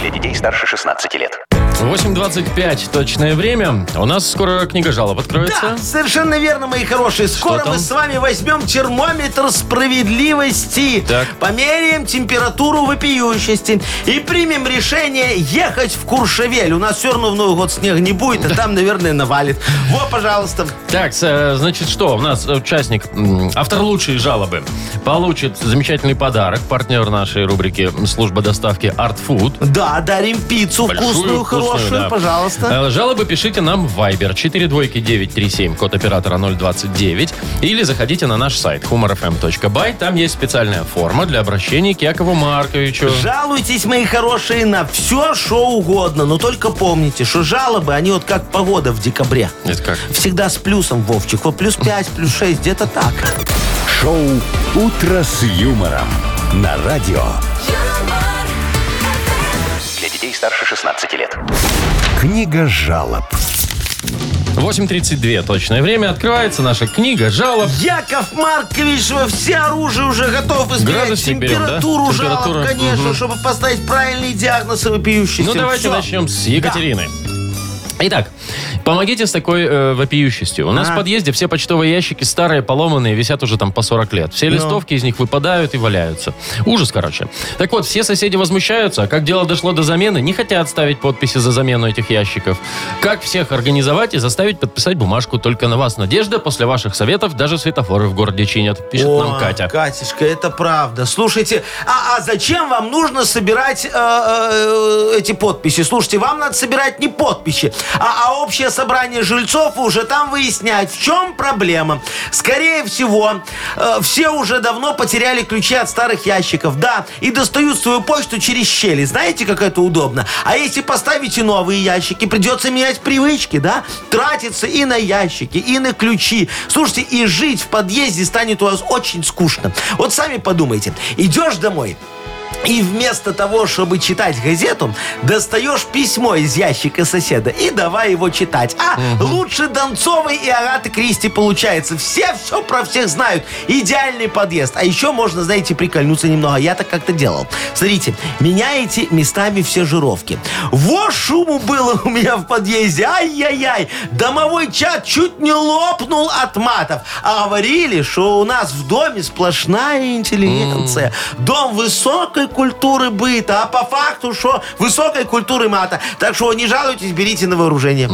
Speaker 4: Для детей старше 16 лет.
Speaker 2: 8.25 точное время. У нас скоро книга жалоб откроется.
Speaker 3: Да, совершенно верно, мои хорошие. Скоро
Speaker 2: там?
Speaker 3: мы с вами возьмем термометр справедливости,
Speaker 2: Так.
Speaker 3: померяем температуру вопиющести и примем решение ехать в Куршевель. У нас все равно в Новый год снега не будет, а там, наверное, навалит. Во, пожалуйста.
Speaker 2: Так, с- э, значит, что? У нас участник, м, автор лучшей жалобы, получит замечательный подарок. Партнер нашей рубрики «Служба доставки Art Food».
Speaker 3: Да, дарим пиццу
Speaker 2: Большую,
Speaker 3: вкусную, хорошую,
Speaker 2: да.
Speaker 3: пожалуйста.
Speaker 2: Э, Жалобы пишите нам в Viber 42937, код оператора 029, или заходите на наш сайт humorfm.by. Там есть специальная форма для обращения к Якову Марковичу.
Speaker 3: Жалуйтесь, мои хорошие, на все, что угодно. Но только помните, что жалобы, они вот как погода в декабре.
Speaker 2: Это как?
Speaker 3: Всегда с плюсом, Вовчик. Вот плюс 5, плюс 6, где-то так.
Speaker 1: Шоу «Утро с юмором». На радио.
Speaker 7: юмор,
Speaker 4: Для детей старше 16 лет.
Speaker 1: Книга жалоб.
Speaker 2: 8.32 точное время. Открывается наша книга жалоб.
Speaker 3: Яков Маркович во все оружие уже готов измерять
Speaker 2: Градусник берем, да?
Speaker 3: температуру
Speaker 2: Температура,
Speaker 3: жалоб, конечно,
Speaker 2: мгм.
Speaker 3: чтобы поставить правильный диагноз и вопиющийся.
Speaker 2: Ну, давайте
Speaker 3: Всё.
Speaker 2: начнем с Екатерины. Итак, помогите с такой э, вопиющестью. У нас в
Speaker 3: Ага.
Speaker 2: подъезде все почтовые ящики старые, поломанные, висят уже там по 40 лет.
Speaker 3: Ну.
Speaker 2: Все листовки из них выпадают и валяются. Ужас, короче. Так вот, все соседи возмущаются, а как дело дошло до замены, не хотят ставить подписи за замену этих ящиков. Как всех организовать и заставить подписать бумажку? Только на вас надежда, после ваших советов даже светофоры в городе чинят, пишет
Speaker 3: О,
Speaker 2: нам Катя.
Speaker 3: Катюшка, это правда. Слушайте, а, а зачем вам нужно собирать э, э, эти подписи? Слушайте, вам надо собирать не подписи, а, а общее собрание жильцов и уже там выяснять, в чем проблема. Скорее всего, э, все уже давно потеряли ключи от старых ящиков, да, и достают свою почту через щели. Знаете, как это удобно? А если поставите новые ящики, придется менять привычки, да? Тратиться и на ящики, и на ключи. Слушайте, и жить в подъезде станет у вас очень скучно. Вот сами подумайте. Идешь домой, И вместо того, чтобы читать газету, достаешь письмо из ящика соседа и давай его читать. А лучше Донцовой и Агаты Кристи получается. Все все про всех знают. Идеальный подъезд. А еще можно, знаете, прикольнуться немного. Я так как-то делал. Смотрите, меняете местами все жировки. Во шуму было у меня в подъезде. Ай-яй-яй. Домовой чат чуть не лопнул от матов. А говорили, что у нас в доме сплошная интеллигенция. Дом высокой культуры быта. А по факту, что высокой культуры мата. Так что не жалуйтесь, берите на вооружение.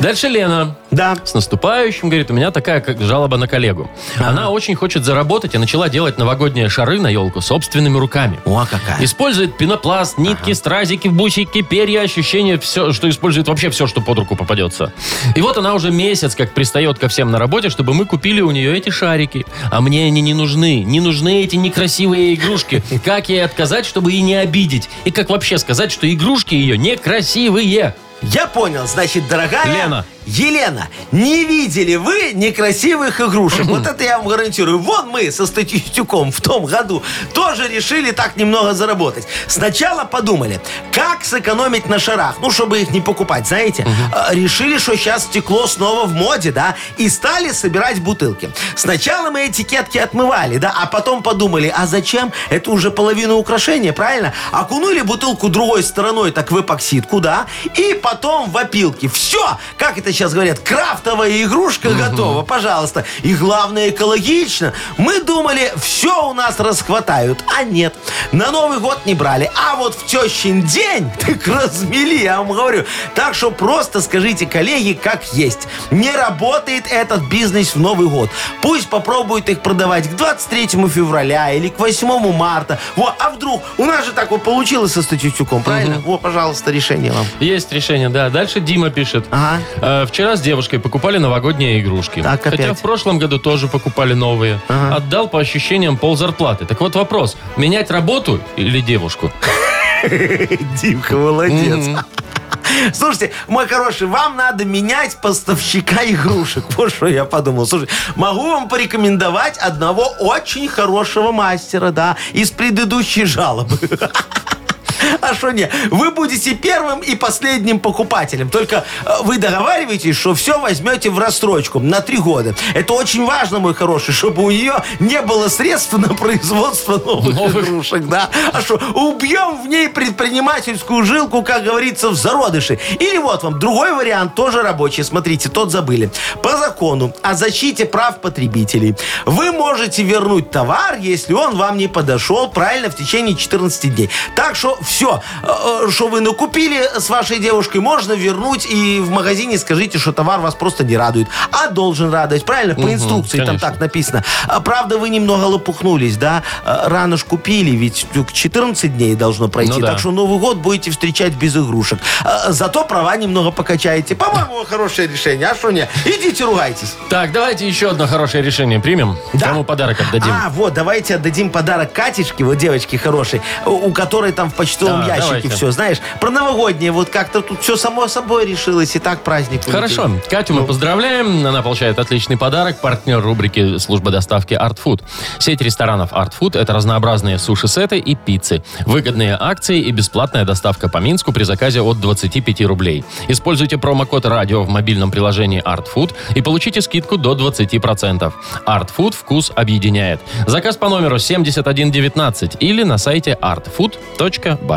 Speaker 2: Дальше Лена.
Speaker 3: Да.
Speaker 2: С наступающим, говорит, у меня такая как жалоба на коллегу. Она очень хочет заработать и начала делать новогодние шары на елку собственными руками.
Speaker 3: О, какая.
Speaker 2: Использует пенопласт, нитки, стразики, бусики, перья, ощущение, все, что использует вообще все, что под руку попадется. И вот она уже месяц как пристает ко всем на работе, чтобы мы купили у нее эти шарики. А мне они не нужны. Не нужны эти некрасивые игрушки. Как ей отказать, чтобы и не обидеть? И как вообще сказать, что игрушки ее некрасивые?
Speaker 3: Я понял, значит, дорогая
Speaker 2: Лена.
Speaker 3: Елена, не видели вы некрасивых игрушек. Вот это я вам гарантирую. Вон мы со Статистюком в том году тоже решили так немного заработать. Сначала подумали, как сэкономить на шарах, ну, чтобы их не покупать, знаете. А, Решили, что сейчас стекло снова в моде, да, и стали собирать бутылки. Сначала мы этикетки отмывали, да, а потом подумали, а зачем? Это уже половина украшения, правильно? Окунули бутылку другой стороной, так в эпоксидку, да, и потом в опилки. Все, как это сейчас говорят, крафтовая игрушка готова, пожалуйста. И главное, экологично. Мы думали, все у нас расхватают, а нет. На Новый год не брали, а вот в тещин день (laughs) так размели, я вам говорю. Так что просто скажите, коллеги, как есть. Не работает этот бизнес в Новый год. Пусть попробуют их продавать к 23 февраля или к 8 марта. Во, а вдруг? У нас же так вот получилось со Статистюком, правильно? Во, пожалуйста, решение вам.
Speaker 2: Есть решение, да. Дальше Дима пишет.
Speaker 3: Ага.
Speaker 2: Э, Вчера с девушкой покупали новогодние игрушки.
Speaker 3: Так,
Speaker 2: Хотя
Speaker 3: опять.
Speaker 2: в прошлом году тоже покупали новые. Отдал по ощущениям пол зарплаты. Так вот вопрос, менять работу или девушку?
Speaker 3: Димка, молодец. Слушайте, мой хороший, вам надо менять поставщика игрушек. Вот что я подумал. Слушай, могу вам порекомендовать одного очень хорошего мастера, да, из предыдущей жалобы. А что не? Вы будете первым и последним покупателем. Только э, вы договариваетесь, что все возьмете в рассрочку на три года. Это очень важно, мой хороший, чтобы у нее не было средств на производство новых, игрушек. Да? А что, убьем в ней предпринимательскую жилку, как говорится, в зародыше. Или вот вам другой вариант, тоже рабочий. Смотрите, тот забыли. По закону о защите прав потребителей вы можете вернуть товар, если он вам не подошел правильно в течение 14 дней. Так что все, что вы накупили с вашей девушкой, можно вернуть и в магазине скажите, что товар вас просто не радует. А должен радовать, правильно? По инструкции там
Speaker 2: конечно.
Speaker 3: так написано. А, Правда, вы немного лопухнулись, да? А, Рано ж купили, ведь к 14 дней должно пройти.
Speaker 2: Ну да.
Speaker 3: Так что Новый год будете встречать без игрушек. А, Зато права немного покачаете. По-моему, хорошее решение. А что не? Идите ругайтесь.
Speaker 2: Так, давайте еще одно хорошее решение примем.
Speaker 3: Да.
Speaker 2: Кому подарок отдадим?
Speaker 3: А, вот, давайте отдадим подарок Катечке, вот девочке хорошей, у- у которой там в почтовом
Speaker 2: Да,
Speaker 3: ящике
Speaker 2: давайте.
Speaker 3: все, знаешь, про новогоднее, вот как-то тут все само собой решилось, и так праздник. улетел.
Speaker 2: Хорошо. Катю мы поздравляем. Она получает отличный подарок. Партнер рубрики «Служба доставки Art Food». Сеть ресторанов Art Food – это разнообразные суши-сеты и пиццы. Выгодные акции и бесплатная доставка по Минску при заказе от 25 рублей. Используйте промокод «Радио» в мобильном приложении Art Food и получите скидку до 20%. Art Food вкус объединяет. Заказ по номеру 7119 или на сайте artfood.by.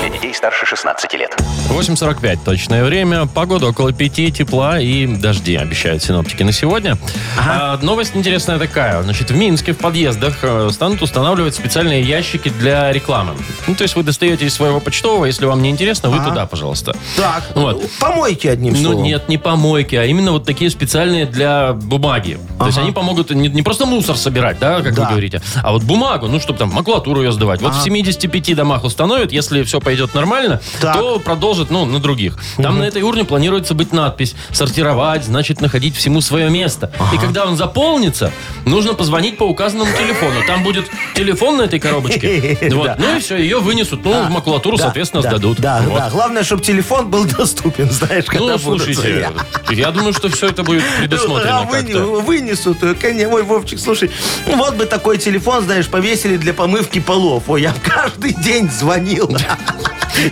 Speaker 4: Для детей старше 16 лет.
Speaker 2: 8.45 точное время. Погода около 5, тепла и дожди, обещают синоптики на сегодня. А, новость интересная такая. Значит, в Минске в подъездах э, станут устанавливать специальные ящики для рекламы. Ну, то есть вы достаете из своего почтового, если вам не интересно, вы туда, пожалуйста.
Speaker 3: Так,
Speaker 2: Вот.
Speaker 3: помойки одним словом.
Speaker 2: Ну нет, не помойки, а именно вот такие специальные для бумаги. То есть они помогут не, не просто мусор собирать, да, как вы
Speaker 3: Да.
Speaker 2: говорите, а вот бумагу, ну, чтобы там макулатуру ее сдавать. Вот в 75 домах установят, если все пойдет нормально,
Speaker 3: Так.
Speaker 2: то разложат, ну, на других. Там на этой урне планируется быть надпись «Сортировать, значит, находить всему свое место». И когда он заполнится, нужно позвонить по указанному телефону. Там будет телефон на этой коробочке. Вот.
Speaker 3: (laughs) Да. А,
Speaker 2: Ну и все, ее вынесут. Ну, в макулатуру,
Speaker 3: Да,
Speaker 2: соответственно,
Speaker 3: да,
Speaker 2: сдадут.
Speaker 3: Да,
Speaker 2: Вот.
Speaker 3: да. Главное, чтобы телефон был доступен, знаешь, когда
Speaker 2: Ну,
Speaker 3: будут свои.
Speaker 2: слушайте, я думаю, что все это будет
Speaker 3: А
Speaker 2: предусмотрено
Speaker 3: выне- (laughs)
Speaker 2: как-то. Ну,
Speaker 3: Вынесут. э, коня. Ой, Вовчик, слушай, ну вот бы такой телефон, знаешь, повесили для помывки полов. Ой, я каждый день звонил. (laughs)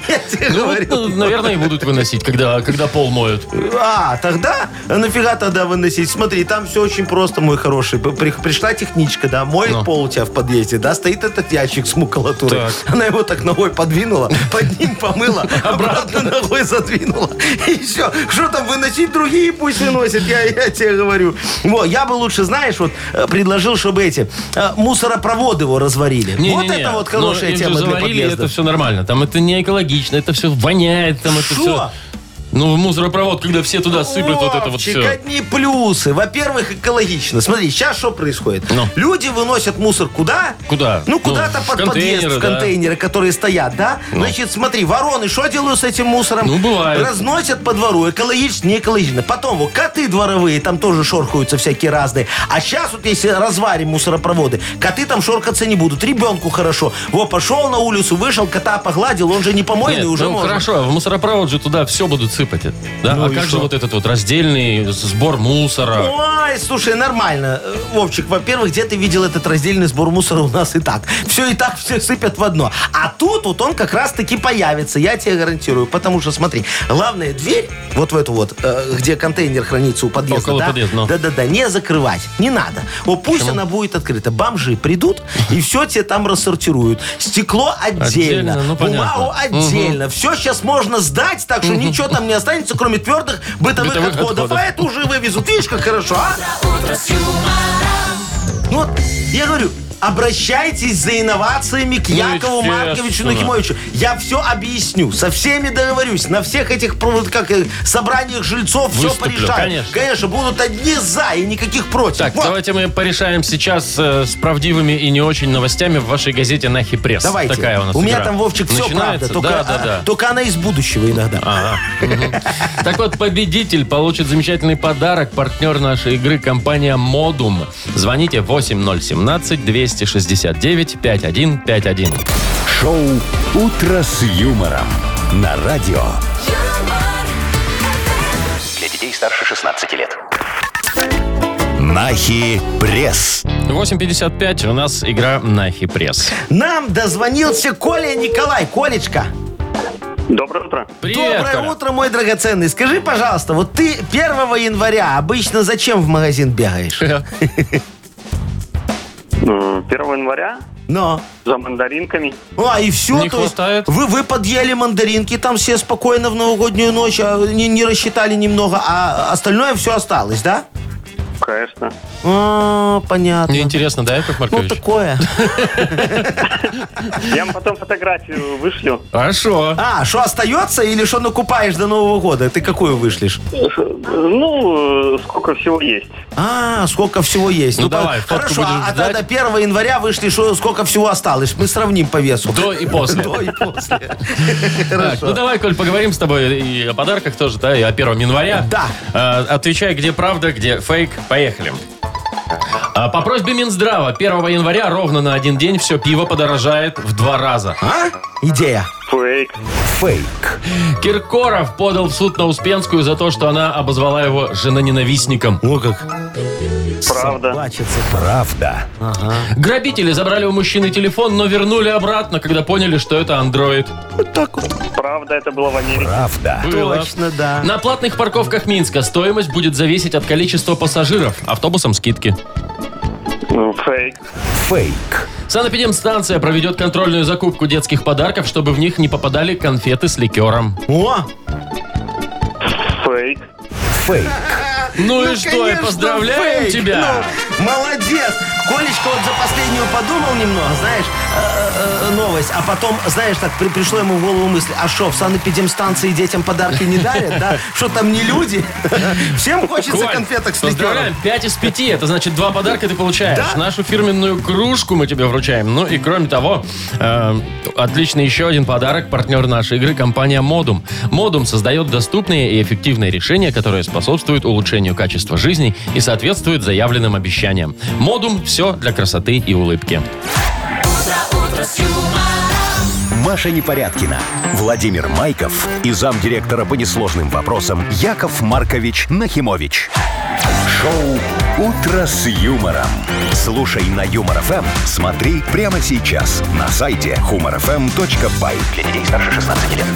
Speaker 3: Я тебе
Speaker 2: Ну, вот,
Speaker 3: говорю.
Speaker 2: ну, наверное, и будут выносить, когда, когда пол моют.
Speaker 3: А, тогда? А Нафига тогда выносить? Смотри, там все очень просто, мой хороший. П- при- Пришла техничка, да, моет
Speaker 2: Ну.
Speaker 3: пол у тебя в подъезде, да, стоит этот ящик с макулатурой.
Speaker 2: Так.
Speaker 3: Она его так ногой подвинула, под
Speaker 2: (laughs)
Speaker 3: ним помыла, обратно ногой задвинула. И все. Что там выносить? Другие пусть выносят, я, я тебе говорю. Во, я бы лучше, знаешь, вот э, предложил, чтобы эти э, мусоропроводы его разварили.
Speaker 2: Не,
Speaker 3: вот
Speaker 2: не, не.
Speaker 3: это вот
Speaker 2: Но
Speaker 3: хорошая
Speaker 2: их Ну, же
Speaker 3: тема для
Speaker 2: заварили,
Speaker 3: подъезда.
Speaker 2: Это все нормально. Там это не экологично, это все воняет, там это
Speaker 3: Шо?
Speaker 2: все. Ну, в мусоропровод, когда все
Speaker 3: Ну,
Speaker 2: туда сыплют, вот это вот
Speaker 3: Вовчик,
Speaker 2: все.
Speaker 3: одни плюсы. Во-первых, экологично. Смотри, сейчас что происходит?
Speaker 2: Ну.
Speaker 3: Люди выносят мусор куда?
Speaker 2: Куда?
Speaker 3: Ну,
Speaker 2: Ну,
Speaker 3: куда-то
Speaker 2: в
Speaker 3: под
Speaker 2: контейнеры,
Speaker 3: подъезд, в
Speaker 2: да.
Speaker 3: контейнеры, которые стоят, да? Значит, смотри, вороны что делают с этим мусором?
Speaker 2: Ну, бывает.
Speaker 3: Разносят по двору. Экологично, не экологично. Потом, вот, коты дворовые, там тоже шорхаются всякие разные. А сейчас вот если разварим мусоропроводы, коты там шоркаться не будут. Ребенку хорошо. Во, пошел на улицу, вышел, кота погладил, он же не помойный,
Speaker 2: Нет,
Speaker 3: уже
Speaker 2: ну
Speaker 3: можно. Ну
Speaker 2: хорошо, а в мусоропровод же туда все будут сыпать. Да? а как же вот этот вот раздельный сбор мусора?
Speaker 3: Ой, слушай, нормально. Э, Вовчик, во-первых, где ты видел этот раздельный сбор мусора у нас и так? Все и так все сыпят в одно. А тут вот он как раз-таки появится, я тебе гарантирую. Потому что, смотри, главная дверь, вот в эту вот, э, где контейнер хранится у подъезда,
Speaker 2: Около
Speaker 3: да?
Speaker 2: подъезда, ну.
Speaker 3: Да-да-да, не закрывать, не надо. Вот пусть она будет открыта. Бомжи придут и все тебе там рассортируют. Стекло отдельно,
Speaker 2: Отдельно, ну,
Speaker 3: бумагу
Speaker 2: понятно.
Speaker 3: отдельно. Все сейчас можно сдать, так что ничего там не останется, кроме твердых бытовых,
Speaker 2: Бытовых
Speaker 3: отходов.
Speaker 2: отходов.
Speaker 3: А это уже вывезут. Видишь, как хорошо, а? Ну, вот, я говорю, обращайтесь за инновациями к
Speaker 2: Ну,
Speaker 3: Якову
Speaker 2: естественно.
Speaker 3: Марковичу Нахимовичу. Я все объясню, со всеми договорюсь, на всех этих про- вот как, э, собраниях жильцов все
Speaker 2: Выступлю,
Speaker 3: порешаю.
Speaker 2: конечно.
Speaker 3: будут одни за и никаких против.
Speaker 2: Так,
Speaker 3: Вот.
Speaker 2: давайте мы порешаем сейчас э, с правдивыми и не очень новостями в вашей газете «Нахи Пресс».
Speaker 3: Давайте.
Speaker 2: Такая у нас
Speaker 3: меня
Speaker 2: игра.
Speaker 3: там, Вовчик, все правда.
Speaker 2: Начинается?
Speaker 3: Только,
Speaker 2: да, да, А.
Speaker 3: а,
Speaker 2: да.
Speaker 3: только она из будущего иногда.
Speaker 2: Ага. Мгм. (laughs) Так вот, победитель получит замечательный подарок. Партнер нашей игры – компания «Модум». Звоните 8017-269-5151.
Speaker 1: Шоу «Утро с юмором» на радио.
Speaker 7: юмор,
Speaker 4: Для детей старше 16 лет.
Speaker 1: Нахи пресс.
Speaker 2: 8.55 у нас игра «Нахи Пресс».
Speaker 3: Нам дозвонился Коля Николай. Колечка.
Speaker 5: Доброе утро.
Speaker 2: Привет,
Speaker 3: Доброе
Speaker 2: Коля.
Speaker 3: утро, мой драгоценный. Скажи, пожалуйста, вот ты 1 января обычно зачем в магазин
Speaker 2: (laughs)
Speaker 3: бегаешь?
Speaker 5: 1 января
Speaker 3: Но.
Speaker 5: за мандаринками.
Speaker 3: А, и все,
Speaker 2: Не
Speaker 3: то есть
Speaker 2: хватает?
Speaker 3: вы, вы подъели мандаринки там все спокойно в новогоднюю ночь, а не, не рассчитали немного, а остальное все осталось, да?
Speaker 5: Конечно.
Speaker 3: А, понятно.
Speaker 2: Мне интересно, да, Яков
Speaker 3: ну,
Speaker 2: Маркович? (laughs)
Speaker 3: такое.
Speaker 5: Я вам потом фотографию вышлю.
Speaker 2: Хорошо.
Speaker 3: А, что остается или что накупаешь до Нового года? Ты какую вышлешь?
Speaker 5: Ну, э, сколько всего есть.
Speaker 3: А, сколько всего есть.
Speaker 2: Ну, давай, фотку
Speaker 3: Хорошо,
Speaker 2: будем
Speaker 3: а, а
Speaker 2: ждать.
Speaker 3: тогда 1 января вышли, что, сколько всего осталось. Мы сравним по весу.
Speaker 2: До и после.
Speaker 3: (laughs) До и после.
Speaker 2: Так, ну давай, Коль, поговорим с тобой и о подарках тоже, да, и о 1 января.
Speaker 3: Да.
Speaker 2: Э, отвечай, где правда, где фейк. Поехали. А, По просьбе Минздрава 1 января ровно на один день все пиво подорожает в два раза.
Speaker 3: А? Идея.
Speaker 5: Фейк.
Speaker 1: Фейк.
Speaker 2: Киркоров подал в суд на Успенскую за то, что она обозвала его жена-ненавистником.
Speaker 3: Ну как?
Speaker 5: Правда.
Speaker 3: Плачется.
Speaker 1: Правда.
Speaker 2: Грабители забрали у мужчины телефон, но вернули обратно, когда поняли, что это андроид.
Speaker 3: Вот так вот.
Speaker 5: Правда, это было в Америке.
Speaker 1: Правда.
Speaker 2: Было.
Speaker 3: А, Точно, да.
Speaker 2: На платных парковках Минска стоимость будет зависеть от количества пассажиров. Автобусам скидки.
Speaker 5: Ну, Фейк.
Speaker 1: Фейк.
Speaker 2: Санэпидемстанция проведет контрольную закупку детских подарков, чтобы в них не попадали
Speaker 3: Ну,
Speaker 2: конфеты с ликером.
Speaker 3: О,
Speaker 5: Фейк.
Speaker 1: Фейк.
Speaker 2: Ну и что, я
Speaker 3: конечно,
Speaker 2: поздравляю
Speaker 3: фейк.
Speaker 2: тебя.
Speaker 3: Ну, молодец. Колечко вот за последнюю подумал немного, знаешь, э, э, новость. А потом, знаешь, так при- пришло ему в голову мысль, а что, в санэпидемстанции детям подарки не дарят, да? Что там не люди? (laughs) Всем хочется
Speaker 2: Коль,
Speaker 3: Ну, конфеток с ликером.
Speaker 2: Поздравляем, 5 из 5. Это значит, два подарка ты получаешь.
Speaker 3: Да.
Speaker 2: Нашу фирменную кружку мы тебе вручаем. Ну и кроме того, э, отлично еще один подарок. Партнер нашей игры – компания «Модум». «Модум» создает доступные и эффективные решения, которые способствуют улучшению качества жизни и соответствуют заявленным обещаниям. «Модум» – все для красоты и улыбки.
Speaker 1: Маша Непорядкина, Владимир Майков и замдиректора по несложным вопросам Яков Маркович Нахимович. Шоу «Утро с юмором». Слушай на Юмор ФМ, смотри прямо сейчас на сайте humorfm.by.
Speaker 4: Для детей старше 16 лет.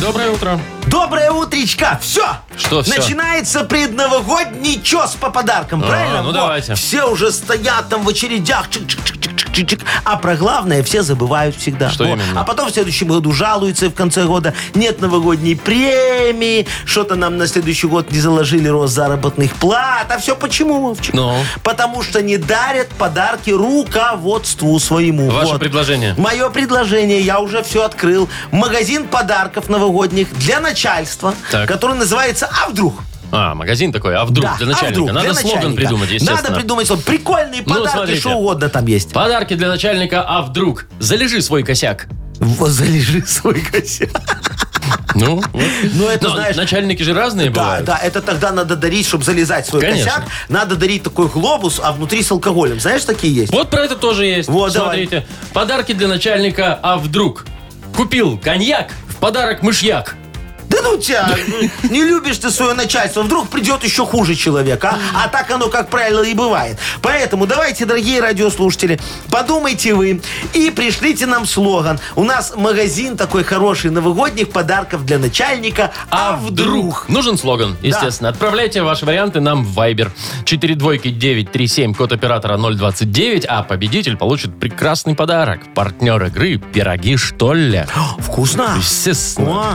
Speaker 2: Доброе утро.
Speaker 3: Доброе утречка! Все!
Speaker 2: Что всё?
Speaker 3: Начинается предновогодний чес по подаркам,
Speaker 2: А,
Speaker 3: правильно?
Speaker 2: ну
Speaker 3: Во,
Speaker 2: давайте.
Speaker 3: Все уже стоят там в очередях. чик-чик-чик-чик-чик-чик. А про главное все забывают всегда.
Speaker 2: Что
Speaker 3: Во.
Speaker 2: именно?
Speaker 3: А потом в следующем году жалуются и в конце года. Нет новогодней премии, что-то нам на следующий год не заложили рост заработных плат. А все почему, Вовчик?
Speaker 2: Ну?
Speaker 3: Потому что не дарят подарки руководству своему.
Speaker 2: Ваше
Speaker 3: Вот.
Speaker 2: предложение.
Speaker 3: Мое предложение, я уже все открыл. Магазин подарков новогодних для начальства,
Speaker 2: Так.
Speaker 3: который называется «А вдруг?».
Speaker 2: А, магазин такой. А вдруг?
Speaker 3: Да,
Speaker 2: для
Speaker 3: «А
Speaker 2: начальника.
Speaker 3: вдруг?»
Speaker 2: Надо
Speaker 3: Для
Speaker 2: слоган
Speaker 3: начальника.
Speaker 2: придумать, естественно.
Speaker 3: Надо придумать слоган. Прикольные
Speaker 2: Ну,
Speaker 3: подарки,
Speaker 2: смотрите.
Speaker 3: что угодно там есть.
Speaker 2: Подарки для начальника, а вдруг? Залежи свой косяк.
Speaker 3: Вот залежи свой косяк.
Speaker 2: Ну, вот.
Speaker 3: Ну, это,
Speaker 2: Но
Speaker 3: знаешь,
Speaker 2: начальники же разные
Speaker 3: Да,
Speaker 2: бывают.
Speaker 3: да, это тогда надо дарить, чтобы залезать в свой
Speaker 2: Конечно.
Speaker 3: косяк. Надо дарить такой глобус, а внутри с алкоголем. Знаешь, такие есть?
Speaker 2: Вот про это тоже есть.
Speaker 3: Вот,
Speaker 2: Смотрите. Подарки для начальника, а вдруг? Купил коньяк, в подарок мышьяк.
Speaker 3: Да ну тебя, ну, не любишь ты свое начальство, вдруг придет еще хуже человек, а? А так оно, как правило, и бывает. Поэтому давайте, дорогие радиослушатели, подумайте вы и пришлите нам слоган. У нас магазин такой хороший, новогодних подарков для начальника. А вдруг?
Speaker 2: Нужен слоган, естественно. Отправляйте ваши варианты нам в Viber. 4 двойки 937, код оператора 029, а победитель получит прекрасный подарок. Партнер игры «Пироги, что ли?»
Speaker 3: Вкусно.
Speaker 2: Естественно.
Speaker 3: О,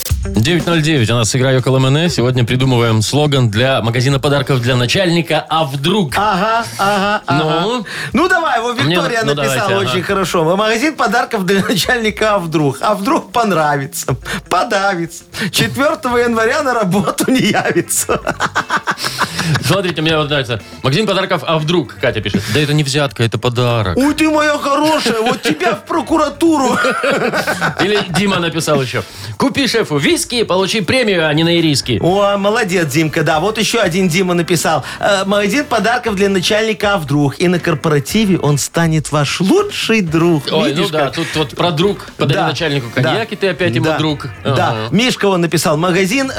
Speaker 2: 909, у нас игра «Йокол МН». Сегодня придумываем слоган для магазина подарков для начальника «А вдруг?»
Speaker 3: Ага, ага, ага.
Speaker 2: Ну?
Speaker 3: Ну, давай, его Виктория
Speaker 2: Мне- ну,
Speaker 3: написала
Speaker 2: давайте,
Speaker 3: очень
Speaker 2: ага.
Speaker 3: хорошо. Магазин подарков для начальника «А вдруг?». А вдруг понравится? Подавится. 4 января на работу не явится.
Speaker 2: Смотрите, мне вот нравится. Магазин подарков «А вдруг?» Катя пишет. Да это не взятка, это
Speaker 3: (laughs)
Speaker 2: подарок.
Speaker 3: Ой, ты моя хорошая, вот тебя в прокуратуру.
Speaker 2: Или Дима написал еще. Купи шефу виски и получи премию, а не на ириски.
Speaker 3: О, молодец, Димка, да. Вот еще один Дима написал. Э, Магазин подарков для начальника «А вдруг?». И на корпоративе он станет ваш лучший друг.
Speaker 2: Ой, ну
Speaker 3: Видишь,
Speaker 2: да,
Speaker 3: как?
Speaker 2: тут вот про друг. Подари
Speaker 3: Да,
Speaker 2: начальнику
Speaker 3: да,
Speaker 2: коньяк, и ты опять ему
Speaker 3: да,
Speaker 2: друг.
Speaker 3: Да,
Speaker 2: Ага.
Speaker 3: Мишка он написал, магазин э,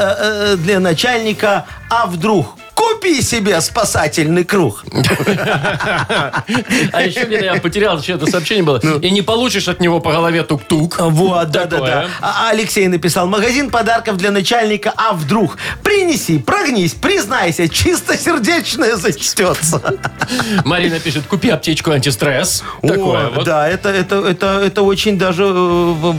Speaker 3: э, для начальника, а вдруг? Купи себе спасательный круг.
Speaker 2: А еще где-то я потерял, что это сообщение было.
Speaker 3: Ну.
Speaker 2: И не получишь от него по голове тук-тук.
Speaker 3: Вот, да, да, да.
Speaker 2: Такое.
Speaker 3: А Алексей написал, магазин подарков для начальника, а вдруг? Принеси, прогнись, признайся, чистосердечное зачтется.
Speaker 2: Марина пишет, купи аптечку антистресс. (laughs) Такое
Speaker 3: О,
Speaker 2: вот.
Speaker 3: Да, это, это, это, это очень даже... э,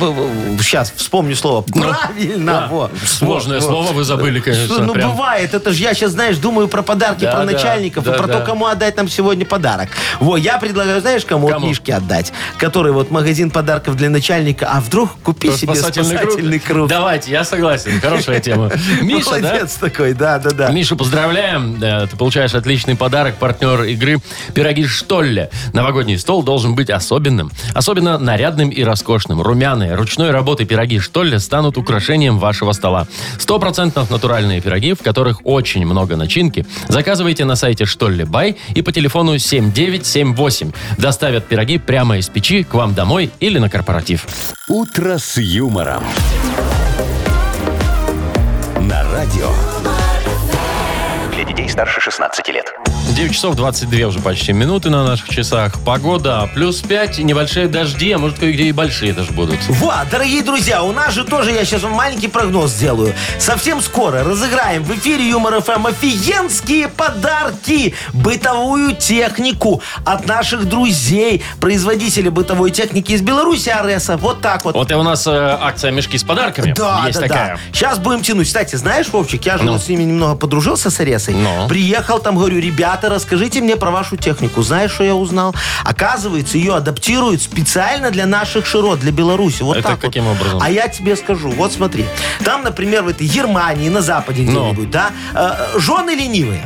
Speaker 3: Сейчас вспомню слово. Правильно.
Speaker 2: Ну, Да.
Speaker 3: во.
Speaker 2: Сложное
Speaker 3: Во, во.
Speaker 2: слово вы забыли, конечно.
Speaker 3: Что, ну,
Speaker 2: прям.
Speaker 3: бывает, это же я сейчас, знаешь, думаю про подарки,
Speaker 2: Да,
Speaker 3: про
Speaker 2: да,
Speaker 3: начальников,
Speaker 2: да,
Speaker 3: и про
Speaker 2: да.
Speaker 3: то, кому отдать нам сегодня подарок. Во, я предлагаю, знаешь, кому,
Speaker 2: Кому?
Speaker 3: кому? книжки отдать, который вот магазин подарков для начальника, а вдруг купи
Speaker 2: Про
Speaker 3: себе спасательный, круг. (laughs)
Speaker 2: Давайте, я согласен. Хорошая тема. Миша, да?
Speaker 3: Молодец такой, да, да, да.
Speaker 2: Миша, поздравляем. Да, ты получаешь отличный подарок. Партнер игры «Пироги Штолле». Новогодний стол должен быть особенным. Особенно нарядным и роскошным. Румяные, ручной работы пироги Штолле станут украшением вашего стола. 100% натуральные пироги, в которых очень много начинки. Заказывайте на сайте Штолле Бай и по телефону 7978. Доставят пироги прямо из печи к вам домой или на корпоратив.
Speaker 1: «Утро с юмором». На радио
Speaker 4: Для детей старше 16 лет.
Speaker 2: 9 часов 22 уже почти минуты на наших часах. Погода плюс 5, небольшие дожди, а может, кое-где и большие даже будут.
Speaker 3: Вот, дорогие друзья, у нас же тоже, я сейчас вам маленький прогноз сделаю. Совсем скоро разыграем в эфире Юмор ФМ офигенские подарки, бытовую технику от наших друзей, производителей бытовой техники из Беларуси, Ареса. Вот так вот.
Speaker 2: Вот и у нас э, акция «Мешки с подарками».
Speaker 3: Да,
Speaker 2: Есть
Speaker 3: да,
Speaker 2: такая.
Speaker 3: Сейчас будем тянуть. Кстати, знаешь, Вовчик, я же вот с ними немного подружился с Аресой.
Speaker 2: Ну.
Speaker 3: Приехал там, говорю, ребята, расскажите мне про вашу технику. Знаешь, что я узнал? Оказывается, ее адаптируют специально для наших широт, для Беларуси. Вот
Speaker 2: Это
Speaker 3: так вот.
Speaker 2: каким образом?
Speaker 3: А я тебе скажу. Вот смотри. Там, например, в этой Германии, на Западе
Speaker 2: Ну.
Speaker 3: где-нибудь, да, э, жены ленивые.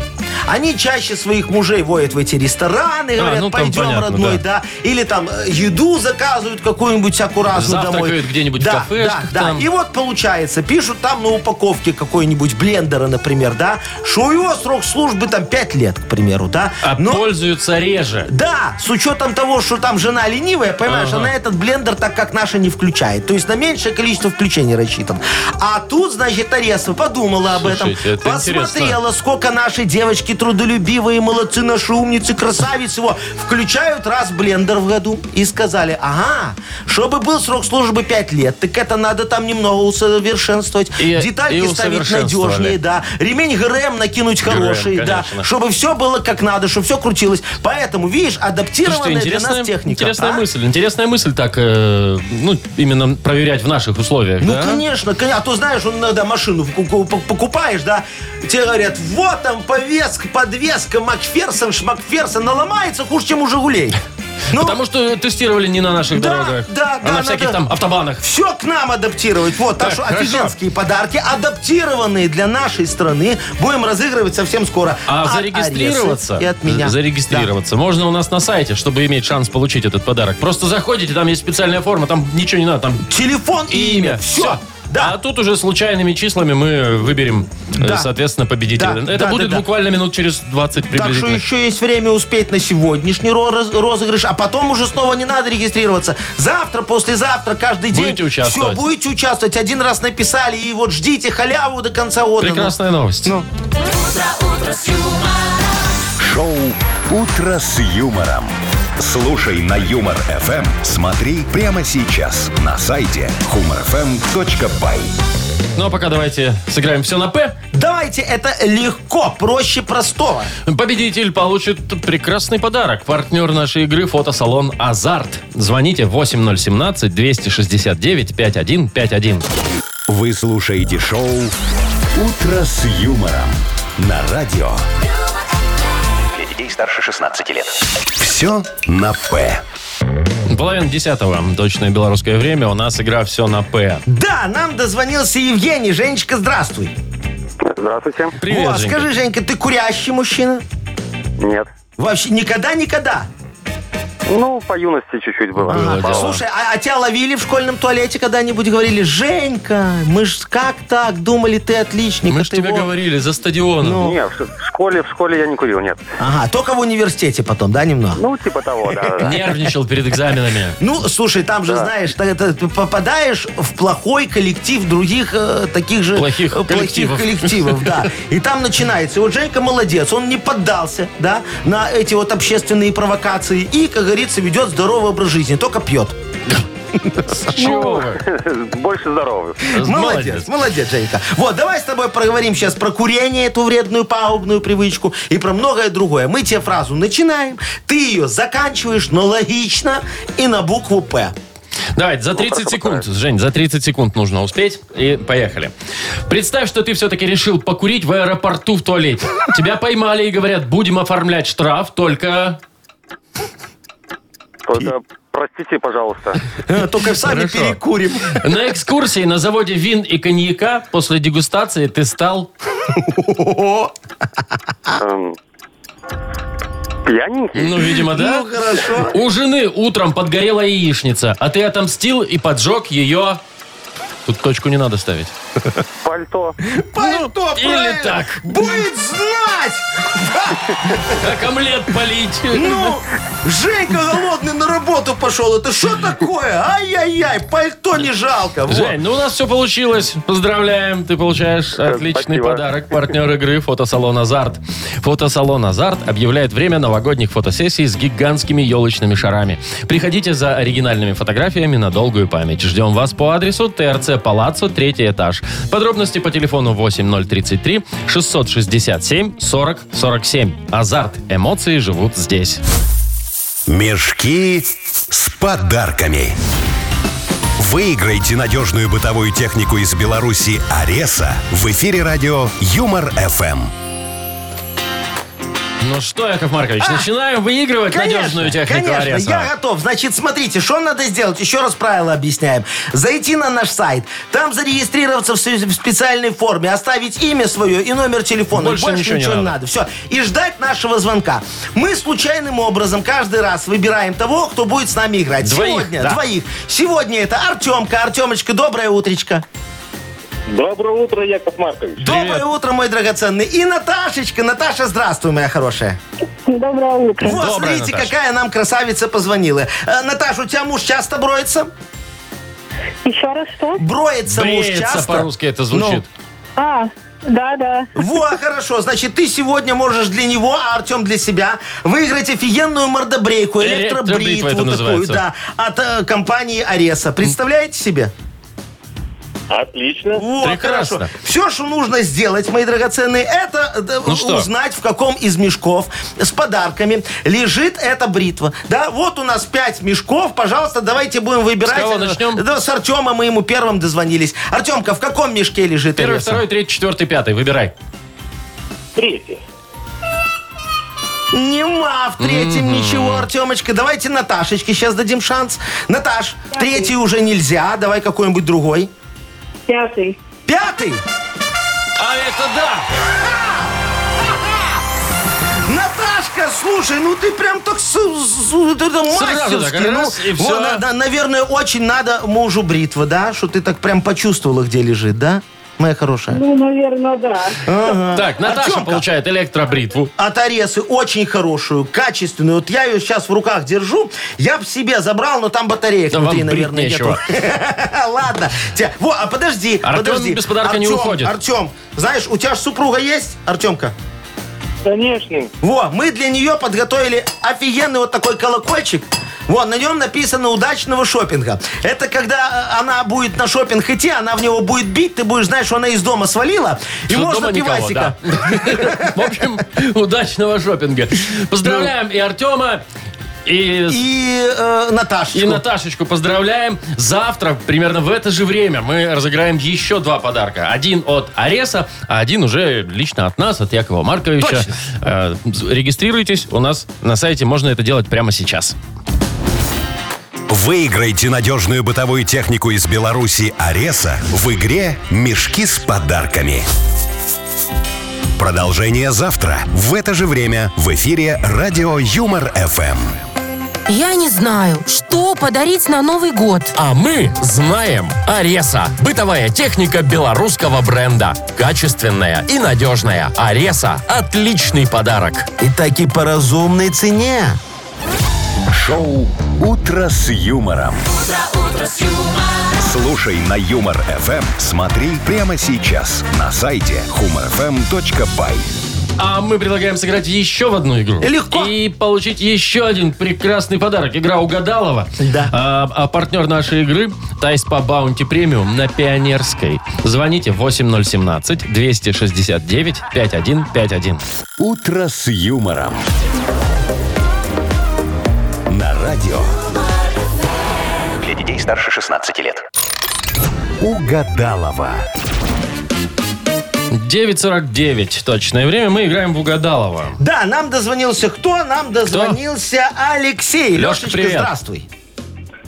Speaker 3: Они чаще своих мужей водят в эти рестораны, говорят,
Speaker 2: ну, там
Speaker 3: пойдем,
Speaker 2: понятно,
Speaker 3: родной,
Speaker 2: да.
Speaker 3: да. Или там э, еду заказывают какую-нибудь всякую разную
Speaker 2: Завтракают
Speaker 3: домой.
Speaker 2: где-нибудь в
Speaker 3: да,
Speaker 2: кафешках
Speaker 3: Да, да.
Speaker 2: там.
Speaker 3: И вот получается, пишут там на упаковке какой-нибудь блендера, например, да, что у него срок службы там 5 лет, к примеру, да.
Speaker 2: А пользуются реже.
Speaker 3: Да, с учетом того, что там жена ленивая, понимаешь,
Speaker 2: Ага.
Speaker 3: она этот блендер так как наша не включает. То есть на меньшее количество включений рассчитан. А тут, значит, Аресова подумала об
Speaker 2: Слушайте,
Speaker 3: этом.
Speaker 2: это
Speaker 3: посмотрела,
Speaker 2: интересно.
Speaker 3: сколько наши девочки трудолюбивые, молодцы, наши умницы, красавицы его включают раз блендер в году. И сказали, ага, чтобы был срок службы 5 лет, так это надо там немного усовершенствовать.
Speaker 2: И-
Speaker 3: Детальки
Speaker 2: и
Speaker 3: ставить
Speaker 2: усовершенствовали.
Speaker 3: надежнее, да. Ремень ГРМ накинуть хороший, да.
Speaker 2: конечно.
Speaker 3: Чтобы все было как надо, чтобы все крутилось. Поэтому, видишь,
Speaker 2: Слушайте,
Speaker 3: адаптированная для
Speaker 2: интересная,
Speaker 3: нас техника.
Speaker 2: интересная
Speaker 3: а?
Speaker 2: мысль. Интересная мысль так, э, ну, именно проверять в наших условиях,
Speaker 3: Ну,
Speaker 2: да?
Speaker 3: конечно, кон- а то знаешь, он иногда машину ку- ку- пок- покупаешь, да, тебе говорят, вот там повеска, подвеска, Макферсон, Шмакферсон, наломается хуже, чем
Speaker 2: (laughs)
Speaker 3: у Жигулей. Ну,
Speaker 2: Потому что тестировали не на наших
Speaker 3: Да,
Speaker 2: дорогах,
Speaker 3: да,
Speaker 2: а
Speaker 3: да,
Speaker 2: на всяких
Speaker 3: надо-
Speaker 2: там автобанах.
Speaker 3: все к нам адаптировать. Вот, так,
Speaker 2: Так,
Speaker 3: что
Speaker 2: хорошо.
Speaker 3: офигенские подарки, адаптированные для нашей страны, будем разыгрывать совсем скоро.
Speaker 2: А
Speaker 3: От
Speaker 2: зарегистрироваться,
Speaker 3: Аресы И от меня.
Speaker 2: зарегистрироваться можно у нас на сайте, чтобы иметь шанс получить этот подарок. Просто заходите, там есть специальная форма, там ничего не надо, там
Speaker 3: Да. Телефон и
Speaker 2: имя,
Speaker 3: имя. Все. Да.
Speaker 2: А тут уже случайными числами мы выберем, э,
Speaker 3: Да.
Speaker 2: соответственно, победителя.
Speaker 3: Да,
Speaker 2: Это
Speaker 3: да,
Speaker 2: будет
Speaker 3: да, да.
Speaker 2: буквально минут через 20
Speaker 3: Так что
Speaker 2: приблизительно.
Speaker 3: еще есть время успеть на сегодняшний ро- раз- розыгрыш, а потом уже снова не надо регистрироваться. Завтра, послезавтра, каждый день.
Speaker 2: Будете участвовать.
Speaker 3: Все, будете участвовать. Один раз написали, и вот ждите халяву до конца отдана.
Speaker 2: Прекрасная новость.
Speaker 3: Ну.
Speaker 1: Шоу «Утро с юмором». Слушай на Юмор ФМ. Смотри прямо сейчас на сайте humorfm.by.
Speaker 2: Ну а пока давайте сыграем все на П.
Speaker 3: Давайте, это легко, проще простого.
Speaker 2: Победитель получит прекрасный подарок. Партнер нашей игры фотосалон «Азарт». Звоните 8017-269-5151.
Speaker 1: Вы слушаете шоу «Утро с юмором» на радио.
Speaker 4: Для детей старше 16 лет.
Speaker 1: Все на «П».
Speaker 2: Половина десятого. Точное белорусское время. У нас игра «Все на П».
Speaker 3: Да, нам дозвонился Евгений. Женечка, здравствуй.
Speaker 5: Здравствуйте.
Speaker 2: Привет,
Speaker 3: О,
Speaker 2: Женька.
Speaker 3: скажи, Женька, ты курящий мужчина?
Speaker 5: Нет.
Speaker 3: Вообще, никогда-никогда.
Speaker 5: Ну, по юности чуть-чуть было.
Speaker 2: Было
Speaker 5: Мало.
Speaker 2: дело.
Speaker 3: Слушай, а, а тебя ловили в школьном туалете когда-нибудь? Говорили, Женька, мы ж как так думали, ты отличник.
Speaker 2: Мы
Speaker 3: а
Speaker 2: же
Speaker 3: ты
Speaker 2: тебе
Speaker 3: вот».
Speaker 2: говорили, за стадионом.
Speaker 3: Ну.
Speaker 5: Не, в ш- в школе, в школе я не курил, нет.
Speaker 3: Ага, только в университете потом, да, немного?
Speaker 5: Ну, типа того, да. да.
Speaker 2: Нервничал перед
Speaker 3: (laughs)
Speaker 2: экзаменами.
Speaker 3: Ну, слушай, там же,
Speaker 5: Да.
Speaker 3: знаешь, та- та- ты попадаешь в плохой коллектив других э, таких же...
Speaker 2: Плохих
Speaker 3: э,
Speaker 2: коллективов.
Speaker 3: коллективов.
Speaker 2: (laughs)
Speaker 3: да. И там начинается. И Вот Женька молодец, он не поддался, да, на эти вот общественные провокации. И, как говорится, ведет здоровый образ жизни, только пьет.
Speaker 2: С чего вы?
Speaker 5: (laughs) Больше здоровых.
Speaker 3: (laughs) Молодец, молодец, Женька. Вот, давай с тобой проговорим сейчас про курение, эту вредную пагубную привычку, и про многое другое. Мы тебе фразу начинаем, ты ее заканчиваешь, но логично и на букву «П».
Speaker 2: Давайте, за 30
Speaker 5: хорошо,
Speaker 2: секунд, Жень, за 30 секунд нужно успеть. И поехали. Представь, что ты все-таки решил покурить в аэропорту в туалете. Тебя поймали и говорят, будем оформлять штраф, только...
Speaker 5: Только простите, пожалуйста.
Speaker 3: Э, (laughs) Только сами
Speaker 2: А, Хорошо.
Speaker 3: перекурим.
Speaker 2: На экскурсии на заводе вин и коньяка после дегустации ты стал...
Speaker 5: Эм, Пьяненький?
Speaker 2: Ну, видимо, да?
Speaker 3: Ну, хорошо.
Speaker 2: У жены утром подгорела яичница, а ты отомстил и поджег ее... Тут точку не надо ставить.
Speaker 7: Пальто.
Speaker 3: Пальто,
Speaker 2: Ну, или
Speaker 3: правильно.
Speaker 2: так.
Speaker 3: Будет знать!
Speaker 2: Как омлет полить.
Speaker 3: Ну, Женька голодный на работу пошел. Это что такое? Ай-яй-яй, пальто не жалко. Вот.
Speaker 2: Жень, ну у нас все получилось. Поздравляем, ты получаешь отличный
Speaker 7: спасибо.
Speaker 2: подарок. Партнер игры «Фотосалон Азарт». «Фотосалон Азарт» объявляет время новогодних фотосессий с гигантскими елочными шарами. Приходите за оригинальными фотографиями на долгую память. Ждем вас по адресу ТРЦ Палаццо, третий этаж. Подробности по телефону 8033 667 40 47. «Азарт». Эмоции живут здесь.
Speaker 1: Мешки с подарками. Выиграйте надежную бытовую технику из Беларуси «Ареса» в эфире радио Эм». «Юмор-ФМ».
Speaker 2: Ну что, Яков Маркович, начинаем выигрывать надежную технику
Speaker 3: А, конечно,
Speaker 2: «Ареса».
Speaker 3: я готов. Значит, смотрите, что надо сделать? Еще раз правила объясняем. Зайти на наш сайт, там зарегистрироваться в с- в специальной форме, оставить имя свое и номер телефона.
Speaker 2: Больше ничего не надо.
Speaker 3: Все. И ждать нашего звонка. Мы случайным образом каждый раз выбираем того, кто будет с нами играть.
Speaker 2: Двоих,
Speaker 3: Сегодня
Speaker 2: да.
Speaker 3: двоих. Сегодня это Артемка. Артемочка, доброе утречко.
Speaker 5: Доброе утро, Яков Маркович.
Speaker 3: Доброе утро, мой драгоценный. И Наташечка. Наташа, здравствуй, моя хорошая.
Speaker 6: Доброе утро.
Speaker 3: Вот,
Speaker 2: Доброе,
Speaker 3: смотрите,
Speaker 2: Наташа.
Speaker 3: какая нам красавица позвонила. Э, Наташа, у тебя муж часто броется?
Speaker 6: Еще раз что?
Speaker 3: Броется муж
Speaker 2: Бреется
Speaker 3: часто.
Speaker 2: по-русски это звучит.
Speaker 6: А, да-да.
Speaker 3: Ну, во, хорошо. Значит, ты сегодня можешь для него, а Артем для себя выиграть офигенную мордобрейку,
Speaker 2: Электробритва
Speaker 3: электробритву
Speaker 2: это
Speaker 3: такую,
Speaker 2: называется.
Speaker 3: да, от э, компании Ареса. Представляете себе?
Speaker 5: Отлично.
Speaker 3: Вот,
Speaker 2: Прекрасно.
Speaker 3: хорошо. Все, что нужно сделать, мои драгоценные, это э,
Speaker 2: Ну что?
Speaker 3: узнать, в каком из мешков с подарками лежит эта бритва. Да, вот у нас пять мешков. Пожалуйста, давайте будем выбирать.
Speaker 2: С кого
Speaker 3: Э,
Speaker 2: начнем?
Speaker 3: Да, с Артема мы ему первым дозвонились. Артемка, в каком мешке лежит
Speaker 2: Первый,
Speaker 3: Ареса?
Speaker 2: второй, третий, четвертый, пятый. Выбирай.
Speaker 5: Третье.
Speaker 3: Нема в третьем ничего, Артемочка. Давайте Наташечке сейчас дадим шанс. Наташ, третий уже нельзя. Давай какой-нибудь другой.
Speaker 6: Пятый.
Speaker 3: Пятый.
Speaker 2: А это да!
Speaker 3: Наташка, слушай, ну ты прям так с- с- с- ты там мастерски.
Speaker 2: так раз,
Speaker 3: ну,
Speaker 2: и всё.
Speaker 3: вот, на- на- наверное, очень надо мужу бритва, да? Что ты так прям почувствовала, где лежит, да? Моя хорошая.
Speaker 6: Ну, наверное, да.
Speaker 2: Так, Наташа
Speaker 3: Артемка.
Speaker 2: получает электробритву.
Speaker 3: От Аресы очень хорошую, качественную. Вот я ее сейчас в руках держу. Я бы себе забрал, но там батареек
Speaker 2: Да
Speaker 3: внутри,
Speaker 2: вам брить
Speaker 3: наверное,
Speaker 2: нечего.
Speaker 3: нету. (laughs) Ладно. Те- Во, а подожди,
Speaker 2: Артем
Speaker 3: подожди.
Speaker 2: без подарка не
Speaker 3: Артем,
Speaker 2: уходит.
Speaker 3: Артем, знаешь, у тебя же супруга есть, Артемка?
Speaker 5: Конечно.
Speaker 3: Во, мы для нее подготовили офигенный вот такой колокольчик. Вот, на нем написано «Удачного шопинга». Это когда э, она будет на шопинг идти, она в него будет бить, ты будешь знать, что она из дома свалила, и
Speaker 2: Что
Speaker 3: можно
Speaker 2: дома никого,
Speaker 3: пивасика.
Speaker 2: да. (laughs) В общем, удачного шопинга. Поздравляем и Артема, и...
Speaker 3: И э, Наташечку.
Speaker 2: И Наташечку поздравляем. Завтра, примерно в это же время, мы разыграем еще два подарка. Один от Ареса, а один уже лично от нас, от Якова Марковича. Э, Регистрируйтесь у нас на сайте. Можно это делать прямо сейчас.
Speaker 1: Выиграйте надежную бытовую технику из Беларуси «Ареса» в игре «Мешки с подарками». Продолжение завтра в это же время в эфире радио «Юмор-ФМ».
Speaker 8: Я не знаю, что подарить на Новый год.
Speaker 9: А мы знаем Ареса. Бытовая техника белорусского бренда. Качественная и надежная. Ареса – отличный подарок.
Speaker 3: И таки по разумной цене.
Speaker 1: Шоу «Утро с юмором». Слушай на Юмор ФМ, смотри прямо сейчас на сайте humorfm.by.
Speaker 2: А мы предлагаем сыграть еще в одну игру.
Speaker 3: Легко.
Speaker 2: И получить еще один прекрасный подарок. Игра угадалова.
Speaker 3: Да.
Speaker 2: А, а партнер нашей игры Тайс по Баунти Премиум на Пионерской. Звоните 8017-269-5151.
Speaker 1: «Утро с юмором». На радио
Speaker 4: Для детей старше 16 лет.
Speaker 1: «Угадалова».
Speaker 2: 9.49 точное время. Мы играем в угадалова.
Speaker 3: Да, нам дозвонился кто? Нам дозвонился Алексей.
Speaker 2: Лёшка,
Speaker 3: Лешечка,
Speaker 2: привет.
Speaker 3: здравствуй.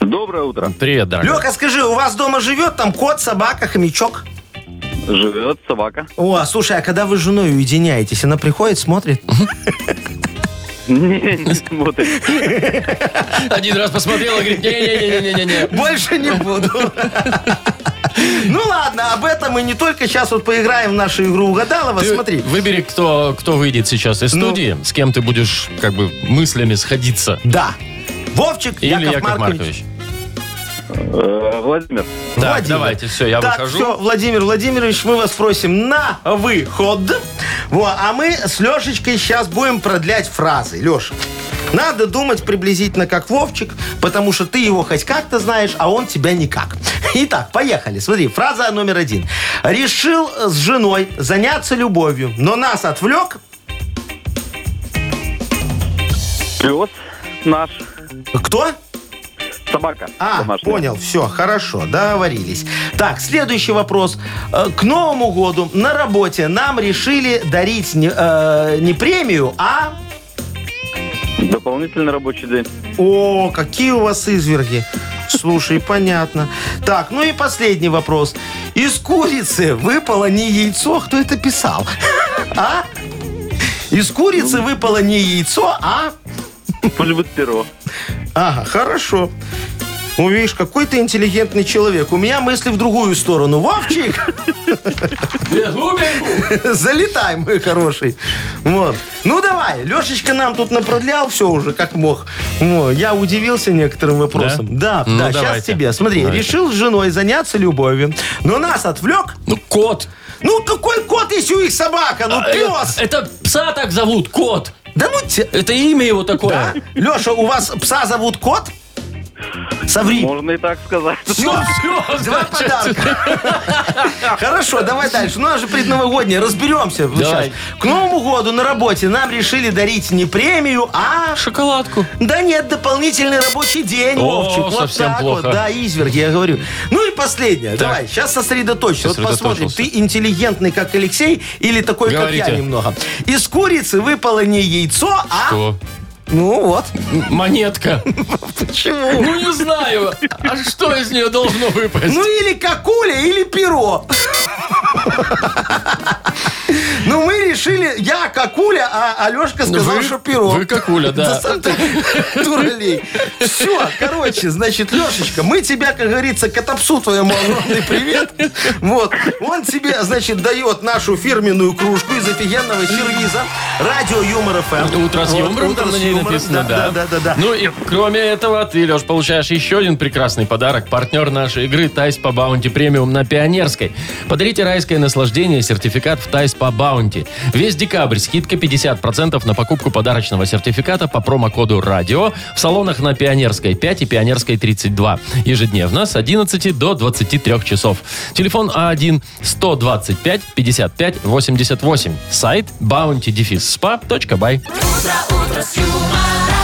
Speaker 5: Доброе утро.
Speaker 2: Привет, дорогой.
Speaker 3: Лёка, скажи, у вас дома живет там кот, собака, хомячок?
Speaker 5: Живет собака. (laughs)
Speaker 3: О, слушай, а когда вы с женой уединяетесь, она приходит, смотрит?
Speaker 5: Не, не смотрит.
Speaker 2: Один раз посмотрел и говорит, не-не-не-не-не-не.
Speaker 3: Больше не буду. (laughs) Ну ладно, об этом мы не только сейчас вот поиграем в нашу игру угадалова.
Speaker 2: Ты
Speaker 3: Смотри,
Speaker 2: Выбери, кто, кто выйдет сейчас из
Speaker 3: Ну.
Speaker 2: студии, с кем ты будешь как бы мыслями сходиться.
Speaker 3: да. Вовчик,
Speaker 2: Или Яков, Маркович.
Speaker 3: Маркович.
Speaker 5: Э, Владимир,
Speaker 2: Да,
Speaker 3: Владимир.
Speaker 2: давайте, все, я
Speaker 3: так,
Speaker 2: выхожу.
Speaker 3: все, Владимир Владимирович, мы вас просим на выход. Во, а мы с Лешечкой сейчас будем продлять фразы. Леш, надо думать приблизительно как Вовчик, потому что ты его хоть как-то знаешь, а он тебя никак. (laughs) Итак, поехали. Смотри, фраза номер один. Решил с женой заняться любовью, но нас отвлек...
Speaker 5: пес наш,
Speaker 3: Кто?
Speaker 5: собака.
Speaker 3: А,
Speaker 5: домашняя.
Speaker 3: понял, все, хорошо, договорились. Так, следующий вопрос. Э, К Новому году на работе нам решили дарить не, э, не премию, а...
Speaker 5: Дополнительный рабочий день.
Speaker 3: О, какие у вас изверги. Слушай, понятно. Так, ну и последний вопрос. Из курицы выпало не яйцо, кто это писал? (laughs) А? Из курицы выпало не яйцо, а...
Speaker 5: Пусть будет перо.
Speaker 3: Ага, хорошо. Ну, видишь, какой ты интеллигентный человек. У меня мысли в другую сторону. Вовчик! Залетай, мой хороший. Вот. Ну, давай. Лешечка нам тут напродлял все уже, как мог. Во, Я удивился некоторым вопросам.
Speaker 2: Да?
Speaker 3: Да,
Speaker 2: Ну,
Speaker 3: да, сейчас
Speaker 2: давайте.
Speaker 3: тебе. Смотри,
Speaker 2: Давайте.
Speaker 3: решил с женой заняться любовью, но нас отвлек.
Speaker 2: Ну, кот. Э,
Speaker 3: Ну, какой кот, если у их собака? Ну,
Speaker 2: А,
Speaker 3: пес.
Speaker 2: Это, это пса так зовут, кот.
Speaker 3: Да ну тебя...
Speaker 2: Это имя его (laughs) такое. Ну,
Speaker 3: Леша, у вас пса зовут кот? Соври.
Speaker 5: Можно и так сказать.
Speaker 3: Всё,
Speaker 2: всё,
Speaker 3: Два
Speaker 2: значит.
Speaker 3: подарка. (laughs) Хорошо, давай дальше. Ну, у нас же предновогоднее. Разберемся. вот
Speaker 2: Давай.
Speaker 3: сейчас. К Новому году на работе нам решили дарить не премию, а...
Speaker 2: Шоколадку.
Speaker 3: Да нет, дополнительный рабочий день,
Speaker 2: О,
Speaker 3: Вовчик. Вот
Speaker 2: совсем
Speaker 3: так
Speaker 2: плохо.
Speaker 3: вот, да, изверг, я говорю. Ну и последнее. Давай, сейчас сосредоточься. Вот посмотрим,
Speaker 2: Сосредоточился.
Speaker 3: ты интеллигентный, как Алексей, или такой, как
Speaker 2: Говорите.
Speaker 3: я немного. Из курицы выпало не яйцо, а...
Speaker 2: Что?
Speaker 3: Ну вот.
Speaker 2: Монетка.
Speaker 3: (laughs) Почему?
Speaker 2: Ну, не знаю. А что из нее должно выпасть?
Speaker 3: Ну или какуля, или перо. Ну, мы решили, я какуля, а Алешка сказал,
Speaker 2: Ну, вы-
Speaker 3: что перо.
Speaker 2: вы какуля, да.
Speaker 3: сам ты дуралей. Все, короче, значит, Лешечка, мы тебя, как говорится, котопсу твоему огромный привет. Вот, он тебе, значит, дает нашу фирменную кружку из офигенного сервиза Радио Юмор ФМ.
Speaker 2: Утро с
Speaker 3: Вот,
Speaker 2: юмором,
Speaker 3: «Утро
Speaker 2: там
Speaker 3: с
Speaker 2: на ней
Speaker 3: юмором»,
Speaker 2: написано, да.
Speaker 3: Да, да, да.
Speaker 2: Ну и кроме этого, ты, Леш, получаешь еще один прекрасный подарок. Партнер нашей игры «Тайс по баунти премиум» на Пионерской. Подарите райское наслаждение, сертификат в «Тайс по баунти». Весь декабрь скидка 50% на покупку подарочного сертификата по промокоду «Радио» в салонах на Пионерской 5 и Пионерской 32. Ежедневно с 11 до 23 часов. Телефон А А1-125-55-88. Сайт bountydefisspa.by.
Speaker 7: утро, утро с юмором.